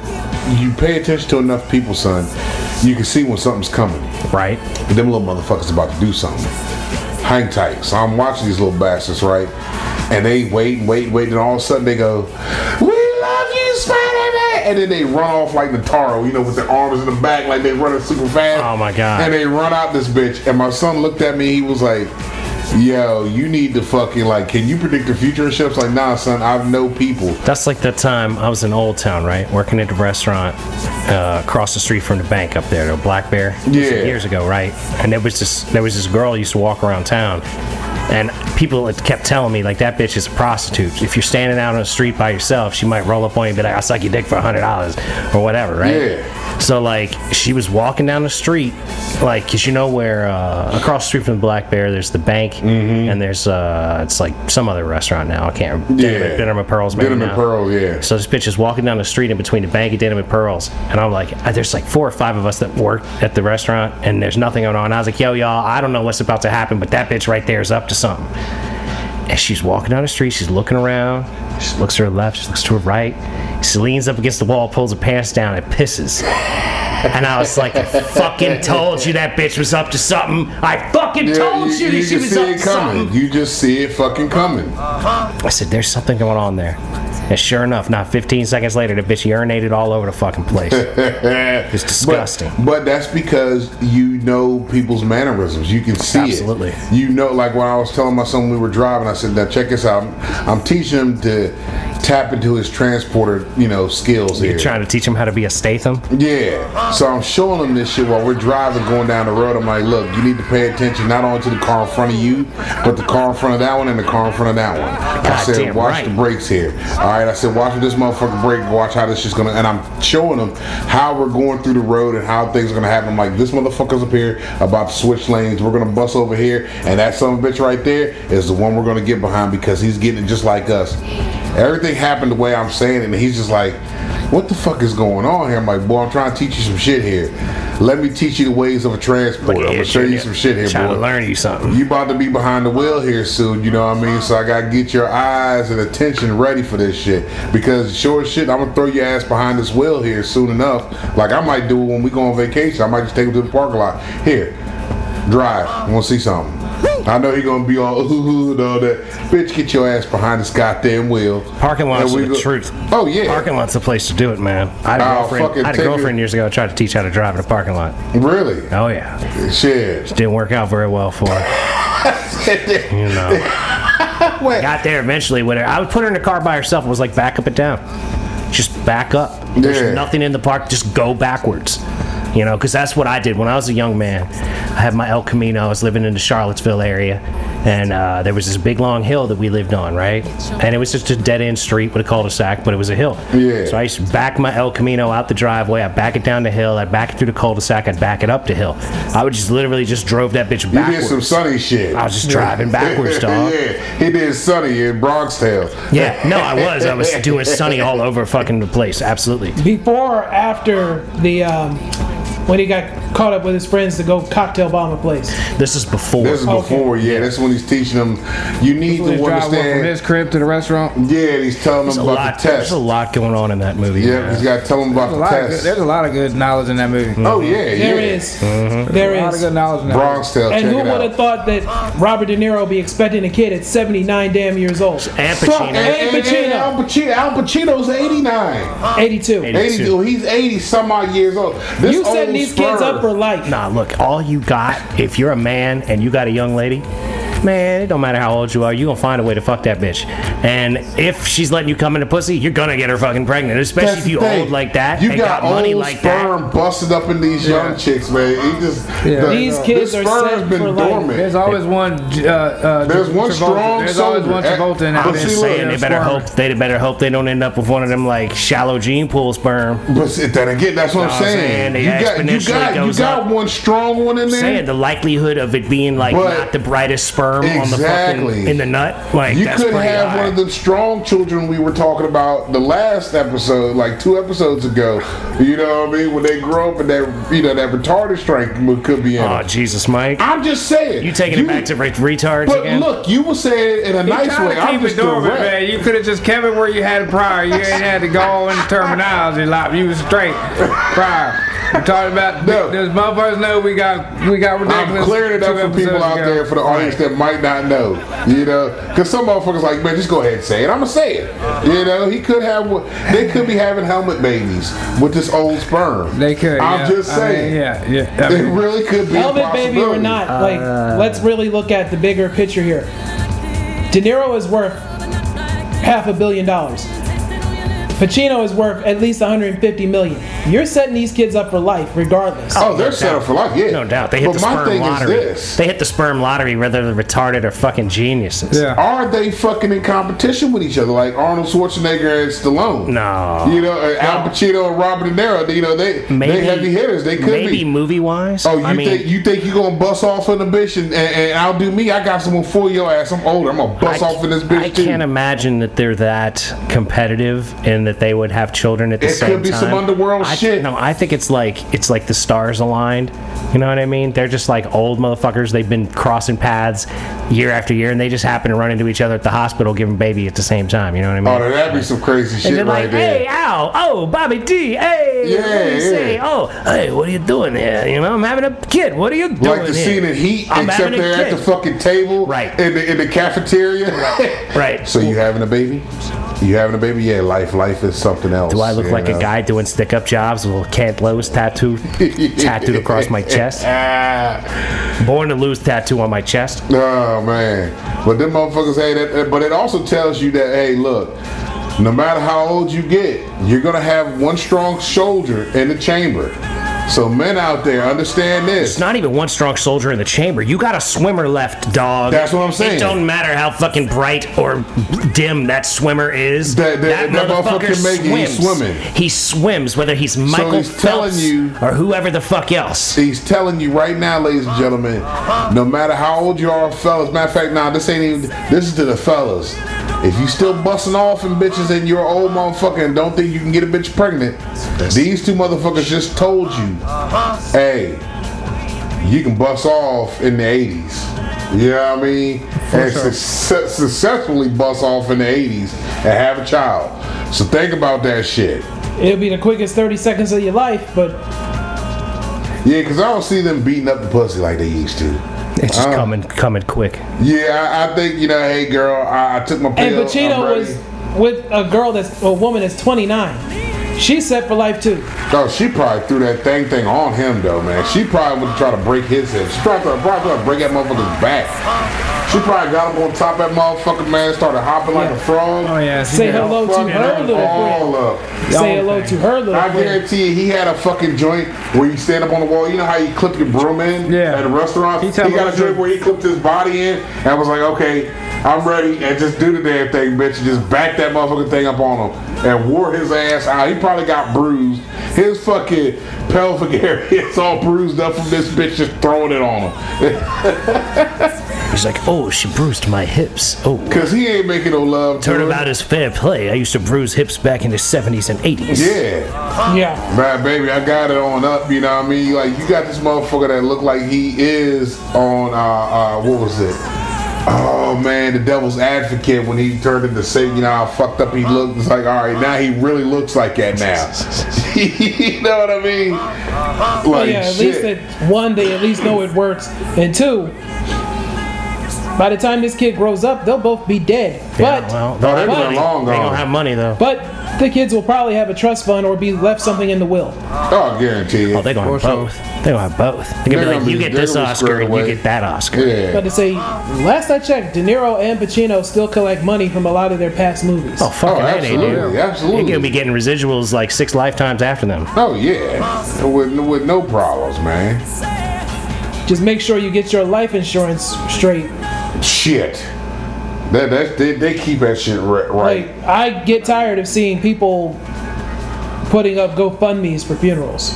"You pay attention to enough people, son. You can see when something's coming."
right.
But them little motherfuckers about to do something. Hang tight. So I'm watching these little bastards, right? And they wait and wait and wait, and all of a sudden they go, We love you, Spider Man! And then they run off like Nataro, you know, with their arms in the back, like they running super fast.
Oh, my God.
And they run out this bitch. And my son looked at me, he was like, Yo, you need to fucking like, can you predict the future and shit? I was like, nah, son, I know people.
That's like that time I was in Old Town, right? Working at the restaurant uh, across the street from the bank up there, the Black Bear. This was
Yeah.
Years ago, right? And there was this there was this girl who used to walk around town. And people kept telling me, like, that bitch is a prostitute. If you're standing out on the street by yourself, she might roll up on you and be like, I'll suck your dick for $100 or whatever, right?
Yeah.
So, like, she was walking down the street, like, 'cause you know where uh, across the street from the Black Bear, there's the bank,
Mm-hmm.
and there's, uh, it's like some other restaurant now. I can't remember.
Yeah.
Dinner and Pearls, maybe
Denim and
now.
Pearl, yeah.
So this bitch is walking down the street in between the bank of denim and pearls, and I'm like, uh, there's like four or five of us that work at the restaurant, and there's nothing going on. I was like, yo, y'all, I don't know what's about to happen, but that bitch right there is up to something. And she's walking down the street, she's looking around, she looks to her left, she looks to her right, she leans up against the wall, pulls her pants down, and pisses. And I was like, I fucking told you that bitch was up to something. I fucking told you, that she
just
was
see
up to
it coming.
something.
You just see it fucking coming.
I said, there's something going on there. And sure enough, not 15 seconds later, the bitch urinated all over the fucking place. it's disgusting.
But, but that's because you know people's mannerisms. You can see
Absolutely.
it. You know, like when I was telling my son we were driving, I said, "Now check this out. I'm, I'm teaching him to tap into his transporter, you know, skills here."
You're trying to teach him how to be a Statham?
Yeah. So I'm showing him this shit while we're driving, going down the road. I'm like, look, you need to pay attention not only to the car in front of you, but the car in front of that one and the car in front of that one. I said,
Goddamn
watch
right.
the brakes here. All right. I said, watch this motherfucker brake. Watch how this shit's gonna. And I'm showing him how we're going through the road and how things are gonna happen. I'm like, this motherfucker's up here about to switch lanes. We're gonna bust over here, and that son of a bitch right there is the one we're gonna get behind because he's getting it just like us. Everything happened the way I'm saying it, and he's just like what the fuck is going on here? I'm like, boy, I'm trying to teach you some shit here. Let me teach you the ways of a transport. I'm
Yeah,
gonna show
sure,
you
yeah.
some shit here,
Trying
boy.
to learn you something.
You about to be behind the wheel here soon, you know what I mean? So I gotta get your eyes and attention ready for this shit. Because sure as shit, I'm gonna throw your ass behind this wheel here soon enough. Like I might do it when we go on vacation. I might just take him to the parking lot. Here, drive. I wanna see something. I know he gonna be all ooh and all that. Bitch, get your ass behind this goddamn wheel.
Parking lots
And
are
we
the
go-
truth.
Oh yeah.
Parking lot's the place to do it, man. I had a
I'll
girlfriend,
fucking
I had a
take
girlfriend years ago I tried to teach how to drive in a parking lot.
Really?
Oh, yeah.
Shit.
Didn't work out very well for her. You know. Got there eventually with her. I would put her in the car by herself and was like, back up and down. Just back up. There's
Yeah.
nothing in the park. Just go backwards. You know, because that's what I did when I was a young man. I had my El Camino. I was living in the Charlottesville area. and uh, there was this big long hill that we lived on, right? And it was just a dead end street with a cul-de-sac, but it was a hill.
Yeah.
So I used to back my El Camino out the driveway. I back it down the hill. I back it through the cul-de-sac. I back it up the hill. I would just literally just drove that bitch
You did
backwards.
some sunny shit.
I was just driving backwards, dog.
yeah, he did sunny in Bronx Tale.
Yeah, no, I was. I was doing sunny all over fucking the place. Absolutely.
Before or after the um, when he got caught up with his friends to go cocktail bomb a place.
This is before.
This is
Okay.
before, yeah. That's when he's teaching them. You need
Just
to
drive one from
understand.
his crib to the restaurant.
Yeah, and he's telling
there's a
them about
lot.
the
There's
test.
a lot going on in that movie.
Yeah,
man.
he's got to tell them about
There's a
the
lot of good,
test.
there's a lot of good knowledge in that movie.
oh yeah, yeah.
There is,
Mm-hmm.
There
a lot of
is.
good knowledge in that.
Bronx Tale.
And
check
who
it
would have
out.
thought that Robert De Niro be expecting a kid at 79 damn years old?
And
Fuck,
Pacino.
Al
and- and- and
Pacino.
Al Pacino. Al Pacino's 89.
82.
82.
82. He's 80 some odd years old. This
You setting
old
these kids
spur-
up for life.
Nah, look, all you got, if you're a man and you got a young lady, man, it don't matter how old you are, you gonna find a way to fuck that bitch. And if she's letting you come into pussy, you're gonna get her fucking pregnant, especially
That's
if you
the thing.
old like that
You
and got, money
old
like
sperm
that.
busted up in these young chicks, man. He just
Yeah.
These kids
this
are
sperm
set
has been
for life.
dormant.
There's always one. Uh, uh,
There's one
Travolta.
strong
There's always
soldier.
one Travolta in that.
I'm
But
just
see, look,
saying, they
that's
better
sperm.
hope they better hope they don't end up with one of them like shallow gene pool sperm.
But see, then again, that's what
Know
I'm
what I'm
saying.
saying? It
You got, you
exponentially
got, you
goes up.
got one strong one in
I'm saying
there.
the likelihood of it being like
But-
not the brightest sperm on the fucking
Exactly.
in the nut, like
You
that's
could
pretty
have
high.
one of the strong children we were talking about the last episode, like two episodes ago. You know what I mean? When they grow up and that, you know, that retarded strength mo- could be in.
Oh
them.
Jesus, Mike!
I'm just saying.
You taking it back to re- retards
But
again?
look, you were saying it in a
You
nice
kinda
way. I'm
keep it
just
dormant,
direct.
man. You could have just kept it where you had it prior. You ain't had to go in terminology like you was straight prior. I'm talking about
No.
those motherfuckers know we got we got ridiculous.
I'm clearing it up
two
for people
episodes
out
ago.
there for the audience that might not know. You know, because some motherfuckers like, man, just go ahead and say it. I'm gonna say it. You know, he could have. one- They could be having helmet babies with this old sperm.
They could.
I'm
yeah.
just
I mean,
saying.
yeah, yeah. I
It
mean,
really could be. a
Elvis baby or
possibility. Uh,
not, like let's really look at the bigger picture here. De Niro is worth half a billion dollars. Pacino is worth at least 150 million. You're setting these kids up for life, regardless.
Oh, they're set up for life. Yeah,
No doubt. They hit
but
the
my
sperm
thing
lottery.
is this:
They hit the sperm lottery whether they're retarded or fucking geniuses.
yeah.
Are they fucking in competition with each other, like Arnold Schwarzenegger and Stallone?
No.
You know, and Al Pacino and Robert De Niro. You know, they they heavy hitters. They could
maybe
be.
movie wise.
Oh, you
I mean,
think you think you gonna bust off in the bitch and, and, and I'll do me? I got someone for your ass. I'm older. I'm gonna
I,
bust off in this bitch
I
too.
can't imagine that they're that competitive and that they would have children at the
It could
same time.
be some underworld
I-
shit.
No, I think it's like it's like the stars aligned. You know what I mean? They're just like old motherfuckers. They've been crossing paths year after year, and they just happen to run into each other at the hospital giving baby at the same time. You know what I mean?
oh, now that'd be some crazy
And
shit
they're
right
like,
there.
hey, ow, oh, Bobby D, hey, what do you
Yeah,
say?
yeah.
Oh, hey, what are you doing here? You know, I'm having a kid. What are you doing
like the
here?
scene in Heat,
I'm
except
having a
they're at the
kid.
fucking table,
Right.
In the in the cafeteria. Right.
Right.
so you having a baby? You having a baby? Yeah, life life is something else.
Do I look
you
like
know?
a guy doing stick up jobs with a Kent Lowe's tattoo tattooed across my chest?
Ah.
Born to lose tattoo on my chest.
Oh man, but them motherfuckers hey that. that- But it also tells you that hey, look, no matter how old you get, you're gonna have one strong soldier in the chamber. So men out there, understand
It's
this.
not even one strong soldier in the chamber. You got a swimmer left, dog.
That's what I'm saying.
It don't matter how fucking bright or dim that swimmer is.
That- that- that motherfucker can make it. He's swimming.
He swims, whether he's Michael
he's telling
Phelps
you-
or whoever the fuck else.
He's telling you right now, ladies and gentlemen, no matter how old you are, fellas. Matter of fact, now this ain't even. This is to the fellas. If you still busting off and bitches and you're old motherfucker and don't think you can get a bitch pregnant, these two motherfuckers just told you, hey, you can bust off in the 80s. You know what I mean? and success- successfully bust off in the 80s and have a child. So think about that shit.
It'll be the quickest 30 seconds of your life, but
Yeah, because I don't see them beating up the pussy like they used to.
It's just coming, coming quick.
Yeah, I, I think you know. Hey, girl, I, I took my pill.
and
I'm
Pacino
ready.
was with a girl that's a woman that's 29. She's set for life too.
Oh, she probably threw that thing thing on him though, man. She probably would try to break his head. She probably tried to probably tried to break that motherfucker's back. She probably got him on top of that motherfucker, man, started hopping like a frog.
Oh yeah. she
Say
got-
hello to
Fucking
her little friend.
all up.
Say hello to her little
I
friend.
guarantee you, he had a fucking joint where you stand up on the wall. You know how you clip your broom in
Yeah.
at a restaurant?
He
He,
tell
got
us
a joint
to-
where he clipped his body in and was like, okay, I'm ready. And just do the damn thing, bitch. And just back that motherfucking thing up on him and wore his ass out. He probably got bruised. His fucking pelvic area is all bruised up from this bitch just throwing it on him.
He's like, oh, she bruised my hips. Oh,
Because he ain't making no love to her.
turnabout is fair play. I used to bruise hips back in the 70s and 80s.
Yeah.
Yeah.
Man, baby, I got it on up. You know what I mean? Like you got this motherfucker that look like he is on uh, uh what was it? Oh man, the Devil's Advocate when he turned into Satan. You know how fucked up he looked. It's like all right, now he really looks like that now. you know what I mean? Like
yeah, at least
shit.
that one, they at least know it works. And two, by the time this kid grows up, they'll both be dead.
Yeah,
but
well,
No, they
but-
were long
They
gone.
don't have money though.
but the kids will probably have a trust fund or be left something in the will.
oh, I guarantee
Oh,
you.
they gonna have
Also-
both. They gonna have both. They
They're
gonna be
gonna
like, you
be-
get
they're
this
gonna be
Oscar
squared
and
away.
you get that Oscar.
But
yeah.
to say, last I checked, De Niro and Pacino still collect money from a lot of their past movies.
Oh fucking
Oh,
A, they do.
absolutely, absolutely.
They're gonna be getting residuals like six lifetimes after them.
Oh yeah, with, with no problems, man.
Just make sure you get your life insurance straight.
Shit, that that they, they keep that shit ri- right.
Like, I get tired of seeing people putting up GoFundMe's for funerals.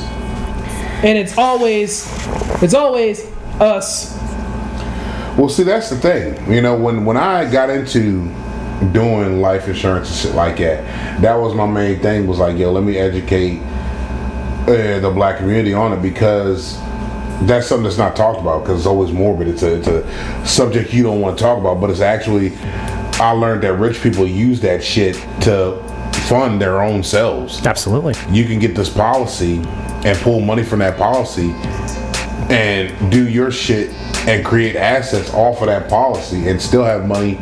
And it's always, it's always us.
Well, see, that's the thing. You know, when when I got into doing life insurance and shit like that, that was my main thing. Was like, yo, let me educate uh, the black community on it because that's something that's not talked about because it's always morbid. It's a, it's a subject you don't want to talk about, but it's actually I learned that rich people use that shit to fund their own selves
Absolutely.
you can get this policy and pull money from that policy and do your shit and create assets off of that policy and still have money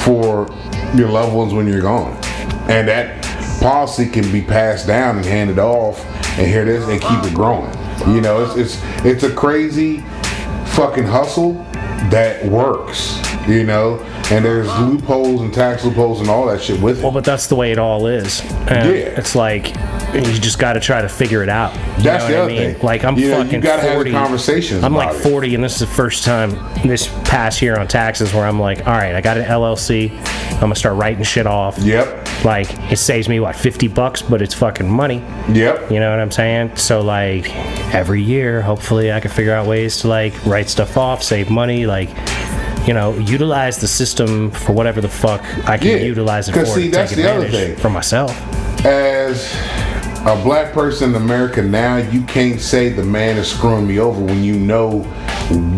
for your loved ones when you're gone. And that policy can be passed down and handed off and here it is and keep it growing. You know, it's it's it's a crazy fucking hustle that works, you know, and there's loopholes and tax loopholes and all that shit with
Well,
it.
but that's the way it all is. And
Yeah.
It's like you just got to try to figure it out. You
That's
know what
the other
I mean?
thing.
Like I'm
You know, you
fucking
gotta have the
40.
conversations
I'm
about
like
it.
40, and this is the first time this past year on taxes where I'm like, all right, I got an LLC. I'm gonna start writing shit off.
Yep.
Like it saves me what 50 bucks, but it's fucking money.
Yep.
You know what I'm saying? So like every year, hopefully I can figure out ways to like write stuff off, save money, like you know, utilize the system for whatever the fuck I can
Yeah,
utilize it
'cause
for
see,
to
that's
take
the other
advantage
thing.
for myself.
as a black person in America now, you can't say the man is screwing me over when you know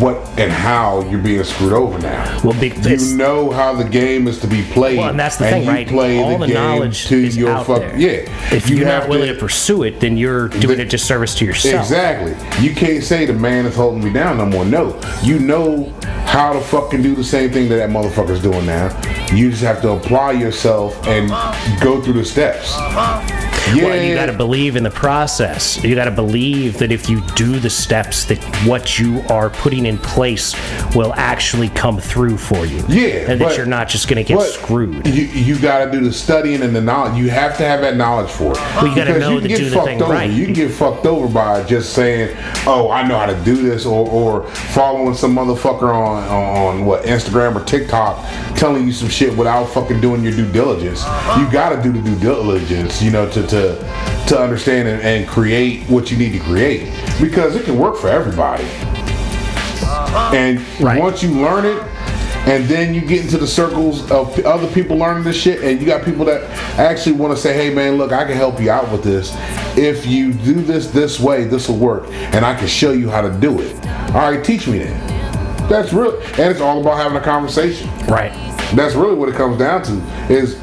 what and how you're being screwed over now.
Well, big
You know how the game is to be played,
well, and that's the thing,
you
right?
Play
All the,
the, game
knowledge
to
is
your
out
fuck.
there.
Yeah,
If
You
you're
have
not willing to, pursue it, then you're doing
The-
a disservice to yourself.
Exactly. You can't say the man is holding me down no more. No. You know how to fucking do the same thing that that motherfucker's doing now. You just have to apply yourself and go through the steps. Yeah.
Well, you got to believe in the process. You got to believe that if you do the steps, that what you are putting in place will actually come through for you.
Yeah,
and
but-
that you're not just going to get
But
screwed.
You, you got to do the studying and the knowledge. You have to have that knowledge for it. Well,
you gotta know to do the
fucked
thing
over.
right.
You can get fucked over by just saying, "Oh, I know how to do this," or, or following some motherfucker on, on what Instagram or TikTok telling you some shit without fucking doing your due diligence. You got to do the due diligence, you know, to to to understand and, and create what you need to create because it can work for everybody. And
Right.
once you learn it, and then you get into the circles of p- other people learning this shit, and you got people that actually want to say, "Hey, man, look, I can help you out with this. If you do this this way, this will work, and I can show you how to do it. All right, teach me that." That's real, and it's all about having a conversation.
right.
That's really what it comes down to. Is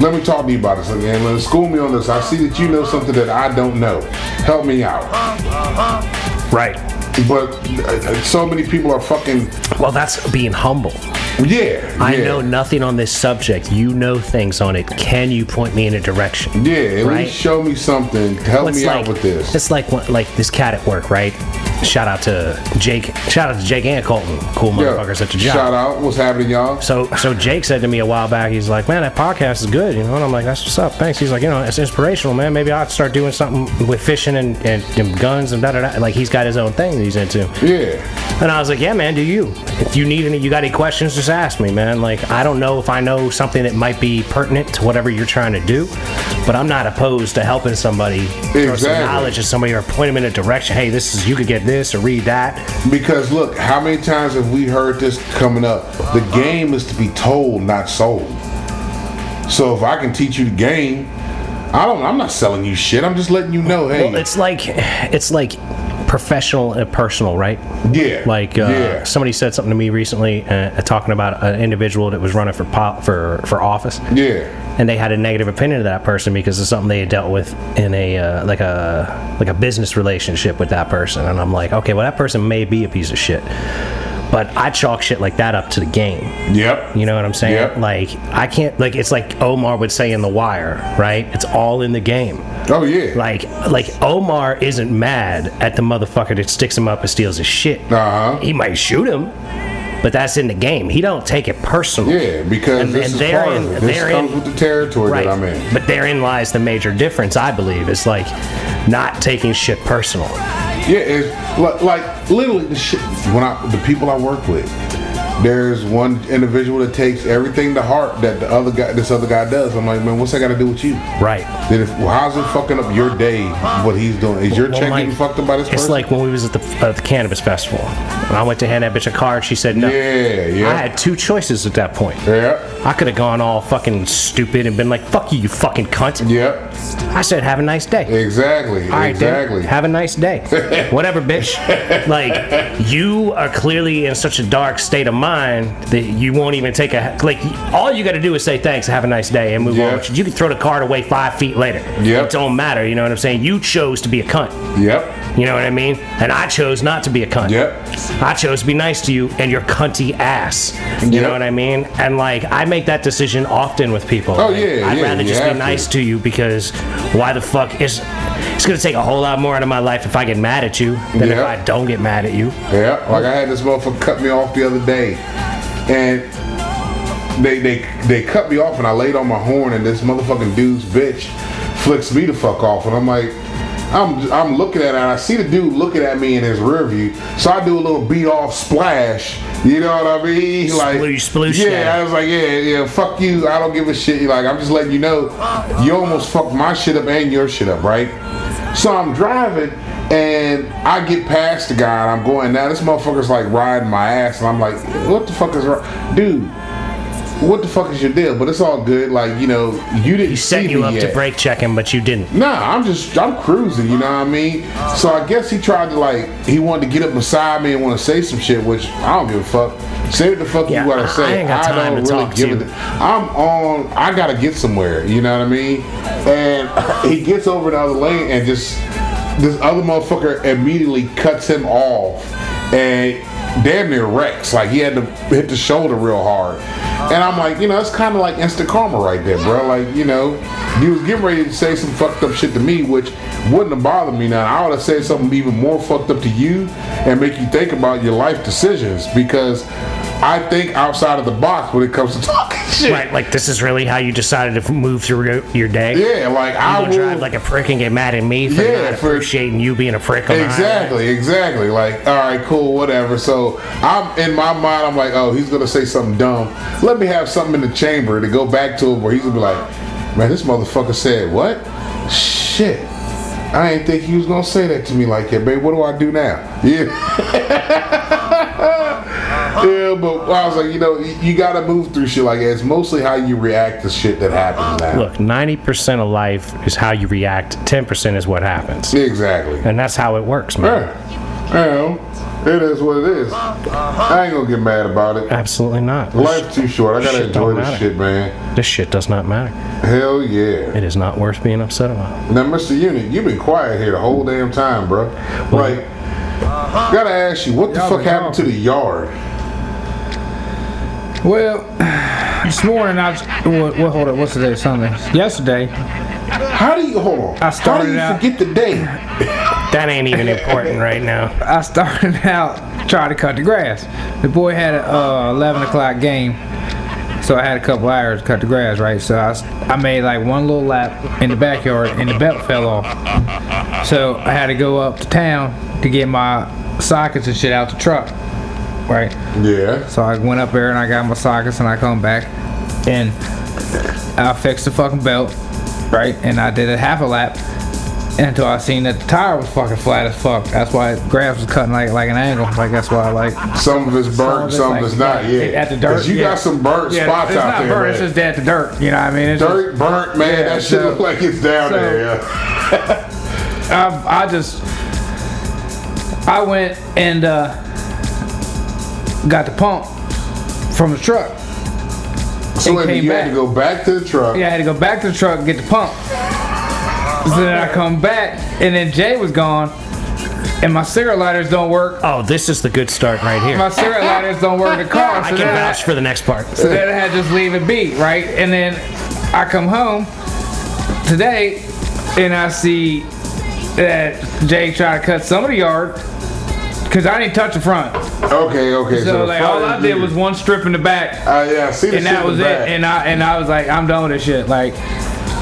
let me talk to you about this again. Let school me on this. I see that you know something that I don't know. Help me out.
Right.
But uh, uh, so many people are fucking
Well, that's being humble.
Yeah.
I
yeah.
know nothing on this subject. You know things on it. Can you point me in a direction?
Yeah, at
Right?
least show me something. Help
It's
me
like
out with this.
It's like one- like this cat at work, right? Shout out to Jake. Shout out to Jake and Colton. Cool
Yeah.
motherfuckers at the job.
Shout out. What's happening, y'all?
So so Jake said to me a while back, he's like, Man, that podcast is good, you know, and I'm like, That's what's up, thanks. He's like, you know, it's inspirational, man. Maybe I'll start doing something with fishing and, and, and guns and da da da like he's got his own thing that he's into.
Yeah.
And I was like, Yeah, man, do you? If you need any you got any questions, just ask me, man. Like I don't know if I know something that might be pertinent to whatever you're trying to do, but I'm not opposed to helping somebody throw some
Exactly.
knowledge at somebody or point them in a direction. Hey, this is you could get this or read that.
Because look, how many times have we heard this coming up? The game is to be told, not sold. So if I can teach you the game, I don't. I'm not selling you shit. I'm just letting you know. Hey,
Well, it's like it's like professional and personal, right?
yeah,
Like uh,
yeah,
somebody said something to me recently, uh, talking about an individual that was running for pop, for for office,
yeah.
and they had a negative opinion of that person because of something they had dealt with in a uh, like a like a business relationship with that person. And I'm like, okay, well that person may be a piece of shit, but I chalk shit like that up to the game.
Yep.
You know what I'm saying?
Yep.
Like I can't like it's like Omar would say in The Wire, right? It's all in the game.
Oh yeah.
Like, like Omar isn't mad at the motherfucker that sticks him up and steals his shit.
uh huh.
He might shoot him, but that's in the game. He don't take it personal.
Yeah, because
And-
this
and
is
they're
part of
in-
it. This
they're
comes
in-
with the territory
Right.
that I'm in.
But therein lies the major difference, I believe. It's like not taking shit personal.
Yeah, it's like, like literally the shit. When I the people I work with, there's one individual that takes everything to heart that the other guy, this other guy does. I'm like, man, what's that got to do with you?
Right.
Then if, well, how's it fucking up your day? What he's doing is your
Well,
check
Mike,
getting fucked up by this
It's
person?
like when we was at the, at the cannabis festival. And I went to hand that bitch a card. She said no.
yeah, yeah,
I had two choices at that point.
yeah,
I could have gone all fucking stupid and been like, "Fuck you, you fucking cunt."
yep,
I said, "Have a nice day."
exactly,
All right, then.
exactly.
Have a nice day. Whatever, bitch. Like, you are clearly in such a dark state of mind that you won't even take a. Like, all you got to do is say thanks, have a nice day, and move
Yeah.
on. with it. You can throw the card away five feet later.
Yep.
It don't matter. You know what I'm saying? You chose to be a cunt.
yep,
You know what I mean? And I chose not to be a cunt.
yep,
I chose to be nice to you and your cunty ass. You
Yep.
know what I mean? And like, I make that decision often with people.
Oh,
Like,
yeah,
I'd
yeah,
rather
you
just be
have to.
nice to you because why the fuck is it's gonna take a whole lot more out of my life if I get mad at you than if
Yep.
I don't get mad at you.
yep. Like I had this motherfucker cut me off the other day, and they they they cut me off and I laid on my horn and this motherfucking dude's bitch flicks me the fuck off and I'm like I'm I'm looking at her and I see the dude looking at me in his rear view so I do a little beat off splash you know what I mean like
Sploosh, sploosh,
yeah
yeah.
I was like yeah yeah fuck you I don't give a shit like I'm just letting you know you almost fucked my shit up and your shit up right so I'm driving and I get past the guy and I'm going now this motherfucker's like riding my ass and I'm like what the fuck is wrong dude what the fuck is your deal? But it's all good. Like you know, you didn't
He set
see
you
me
up
yet.
to brake check him, but you didn't.
Nah, I'm just I'm cruising. You know what I mean? So I guess he tried to like he wanted to get up beside me and want to say some shit, which I don't give a fuck. Say what the fuck
Yeah,
you
I-
gotta say.
I ain't got time
don't
to
really
talk to
give
you.
a. I'm on. I gotta get somewhere. You know what I mean? And he gets over the other lane and just this other motherfucker immediately cuts him off and damn near wrecks. Like he had to hit the shoulder real hard. And I'm like, you know, it's kind of like instant karma right there, bro. Like, you know, you was getting ready to say some fucked up shit to me, which wouldn't have bothered me. Now I would have said something even more fucked up to you and make you think about your life decisions because I think outside of the box when it comes to talking shit.
Right, like this is really how you decided to move through your- your day.
Yeah, like
You
I
gonna
will.
drive like a prick and get mad at me for
Yeah,
not
for-
appreciating you being a prick. On the highway.
Exactly, exactly. Like, all right, cool, whatever. So I'm in my mind, I'm like, oh, he's gonna say something dumb. Let me have something in the chamber to go back to him where he's gonna be like, man, this motherfucker said what? Shit. I ain't think he was gonna say that to me like that, babe. What do I do now? Yeah. yeah, but I was like, you know, you, you gotta move through shit like that. It's mostly how you react to shit that happens now.
Look, 90% of life is how you react, 10% is what happens.
Exactly.
And that's how it works, man.
Yeah. Yeah. It is what it is. I ain't gonna get mad about it.
Absolutely not. This,
Life's too short. I gotta
Shit
enjoy
don't
this
matter.
shit, man.
this shit does not matter.
Hell yeah.
It is not worth being upset about.
Now, Mr. Unit, you've been quiet here the whole damn time, bro. Like, gotta ask you, what the
Y'all
fuck
been
happened to the yard?
Well, this morning I was, well, well, hold up, what's today? Sunday. Yesterday,
How do you hold on?
I
How do
started
you
out-
forget the day?
That ain't even important right now.
I started out trying to cut the grass. The boy had a uh, 11 o'clock game, so I had a couple hours to cut the grass, right? So I, s- I made like one little lap in the backyard, and the belt fell off. So I had to go up to town to get my sockets and shit out the truck, right?
Yeah.
So I went up there and I got my sockets and I come back and I fixed the fucking belt, right? And I did a half a lap until I seen that the tire was fucking flat as fuck. That's why the grass was cutting like like an angle. Like that's why I like
Some of it's burnt,
Some
some
of
of
it's
it's
like-
not. Yeah.
at the dirt,
'Cause you
yeah.
got some burnt
yeah,
spots
it's
out
not
there.
burnt, it's
man.
just dead to dirt. You know what I mean? It's just-
dirt burnt, man.
Yeah,
that shit
so-
look like it's down
so-
there. Yeah.
I've, I just I went and uh, got the pump from the truck.
So
it
wait, a minute,
came
you had
back.
to go back to the truck.
Yeah, I had to go back to the truck and get the pump. So then I come back, and then Jay was gone, and my cigarette lighters don't work.
Oh, this is the good start right
My
here.
cigarette lighters don't work in the car.
I
So
can
then
vouch for the next part.
so then I had to just leave it be, right? And then I come home today, and I see that Jay tried to cut some of the yard. Cause I didn't touch the front,
Okay, okay.
so
the
like all
front
I
is
did
good.
was one strip in the back,
Uh, yeah, I see the
and
shit
that
in
was
the
it.
back.
And I and I was like, I'm done with this shit, like,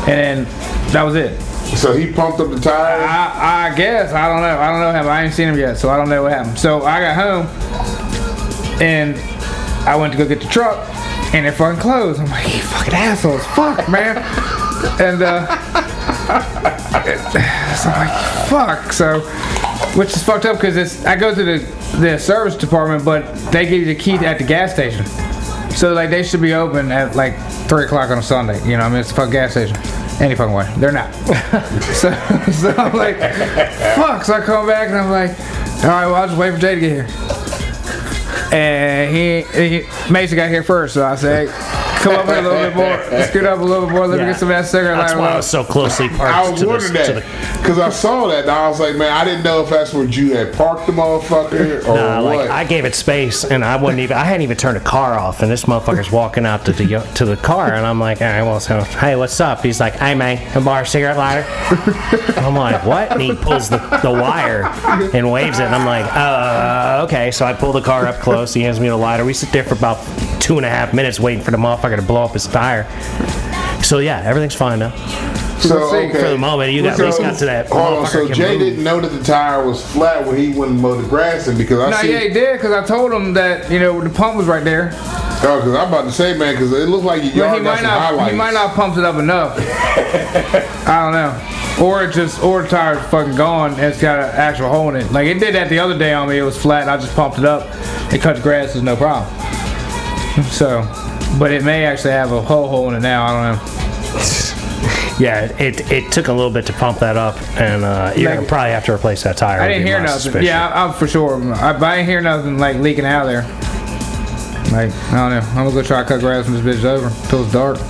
and then that was it.
so he pumped up the tires.
I, I guess I don't know. I don't know him. I ain't seen him yet, so I don't know what happened. So I got home, and I went to go get the truck, and it fucking closed. I'm like, you fucking assholes, fuck, man. and uh, so I'm like, fuck. So, which is fucked up because it's I go to the the service department, but they give you the key at the gas station. So like they should be open at like three o'clock on a Sunday. You know, what I mean it's a fucking gas station. Any fucking way, they're not. so, so I'm like, fuck. So I come back and I'm like, all right, well I'll just wait for Jay to get here. And he, he Mason got here first, so I said, hey, come up here a little bit more, scoot up a little bit more, let me
Yeah.
get some of that cigarette
That's
lighter
why I
out."
was so closely
I
parked
was
Ah, to the,
wondering
to
that
the.
because I saw that and I was like, man, I didn't know if that's where you had parked the motherfucker or
Oh,
Nah,
what.
Uh, like I gave it space, and I wasn't even. I hadn't even turned the car off, and this motherfucker's walking out to the yo- to the car, and I'm like, all right, well, so hey, what's up? He's like, hey man, can I borrow a cigarette lighter? I'm like, what? And he pulls the, the wire and waves it, and I'm like, uh, okay. So I pull the car up close. He hands me the lighter. We sit there for about two and a half minutes waiting for the motherfucker to blow up his tire. So yeah, everything's fine now.
so
see,
okay.
For the moment, you got, at least got to that.
Hold on, so
motherfucker can
Jay
move.
didn't know that the tire was flat when he went and mowed the grass, and because I
No,
see,
yeah, he did, because I told him that, you know, the pump was right there.
oh, because I'm about to say, man, because it looked like your
But
yard
he
got
might
some
not
highlights.
he might not pumped it up enough. I don't know. Or it just or the tire's fucking gone and it's got an actual hole in it. Like it did that the other day on me, it was flat, I just pumped it up. It cut the grass, is no problem. So but it may actually have a hole hole in it now, I don't know.
Yeah, it it took a little bit to pump that up, and uh, you're
Like-
gonna probably have to replace that tire.
I
would
didn't
be
hear
my
nothing.
suspicion.
Yeah, I, I'm for sure. I, but I didn't hear nothing like leaking out of there. Like, I don't know. I'm gonna go try to cut grass when this bitch is over until it's dark.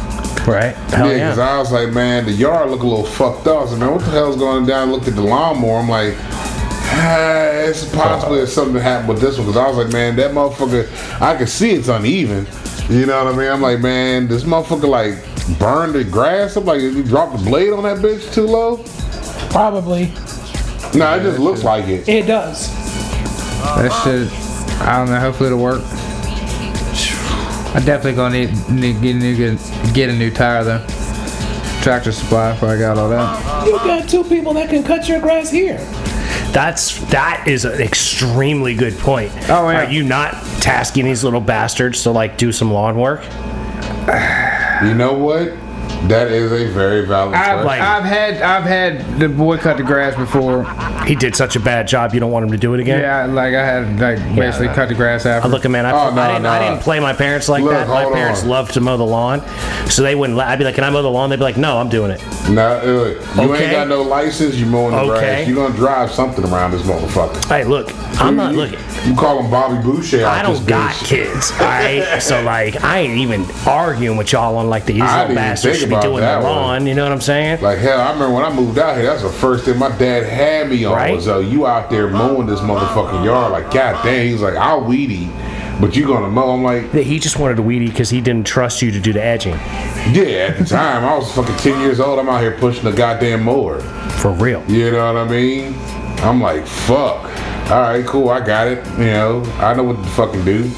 right. Hell
Yeah,
yeah.
because I was like, man, the yard look a little fucked up. I was like, man, what the hell's going down? Looked at the lawnmower. I'm like, ah, it's possibly
Uh-huh.
that something happened with this one. Because I was like, man, that motherfucker, I can see it's uneven. You know what I mean? I'm like, man, this motherfucker like burned the grass. I'm like, you dropped the blade on that bitch too low?
Probably.
No, it just looks like it.
It does.
That shit, I don't know. Hopefully it'll work. I definitely gonna need, need get a new get, get a new tire though. Tractor supply if I got all that.
You got two people that can cut your grass here.
That's that is an extremely good point.
Oh, yeah.
Are you not tasking these little bastards to like do some lawn work?
You know what? That is a very valid
I've,
question.
Like-
I've had I've had the boy cut the grass before.
He did such a bad job. You don't want him to do it again.
Yeah, like I had like basically
no.
cut the grass
Uh,
after.
Look, man, I,
Oh, no,
I, didn't, I
no.
didn't play my parents like
Look,
that. My
hold
parents
on.
loved to mow the lawn, so they wouldn't. Let, I'd be like, "Can I mow the lawn?" They'd be like, "No, I'm doing it."
Nah, uh, you
Okay.
ain't got no license. You mowing the
Okay.
grass. You gonna drive something around this motherfucker.
Hey, look, I'm not
you,
looking.
You call him Bobby Boucher.
I
out this
don't got
bitch.
kids, all right? so like, I ain't even arguing with y'all on like these
I
little
didn't
bastards
think
should be
about
doing the
that one.
lawn. You know what I'm saying?
Like hell, I remember when I moved out here. That's the first thing my dad had me on uh,
Right?
was, "Oh, you out there mowing this motherfucking yard." Like, god dang, he's like, "I'll weed eat, But you gonna mow? I'm like,
He just wanted a weedy because he didn't trust you to do the edging.
yeah. At the time, I was fucking ten years old. I'm out here pushing a goddamn mower.
For real.
You know what I mean? I'm like, fuck. All right, cool. I got it. You know, I know what to fucking do.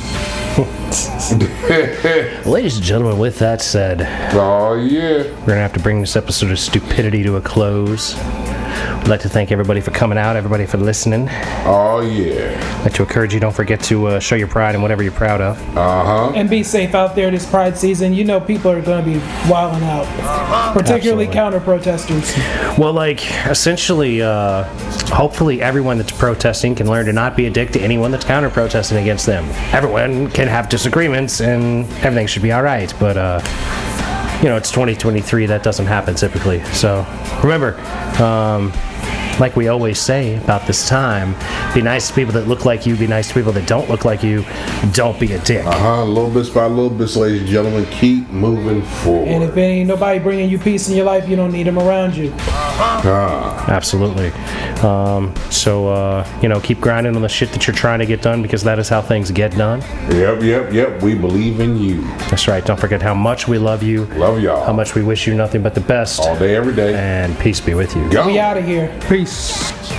Ladies and gentlemen, with that said,
oh yeah.
we're going to have to bring this episode of stupidity to a close. We'd like to thank everybody for coming out, everybody for listening.
Oh yeah.
I'd like to encourage you, don't forget to uh, show your pride in whatever you're proud of.
Uh huh.
And be safe out there this Pride season. You know people are going to be wilding out,
Absolutely.
particularly counter protesters.
Well, like, essentially, uh, hopefully everyone that's protesting can learn to not be a dick to anyone that's counter protesting against them. Everyone can have disagreements and everything should be alright, but, uh, you know, it's 2023, that doesn't happen typically. So remember, um, like we always say about this time, be nice to people that look like you, be nice to people that don't look like you, don't be a dick.
Uh huh. Little bit by little bit, ladies and gentlemen, keep moving
And if
forward.
it ain't nobody bringing you peace in your life, you don't need them around you.
Ah,
Absolutely. Um, so, uh, you know, keep grinding on the shit that you're trying to get done because that is how things get done.
yep, yep, yep. We believe in you.
That's right. Don't forget how much we love you,
Love y'all.
how much we wish you nothing but the best,
All day, every day.
and peace be with you.
Go.
We out of here.
Peace.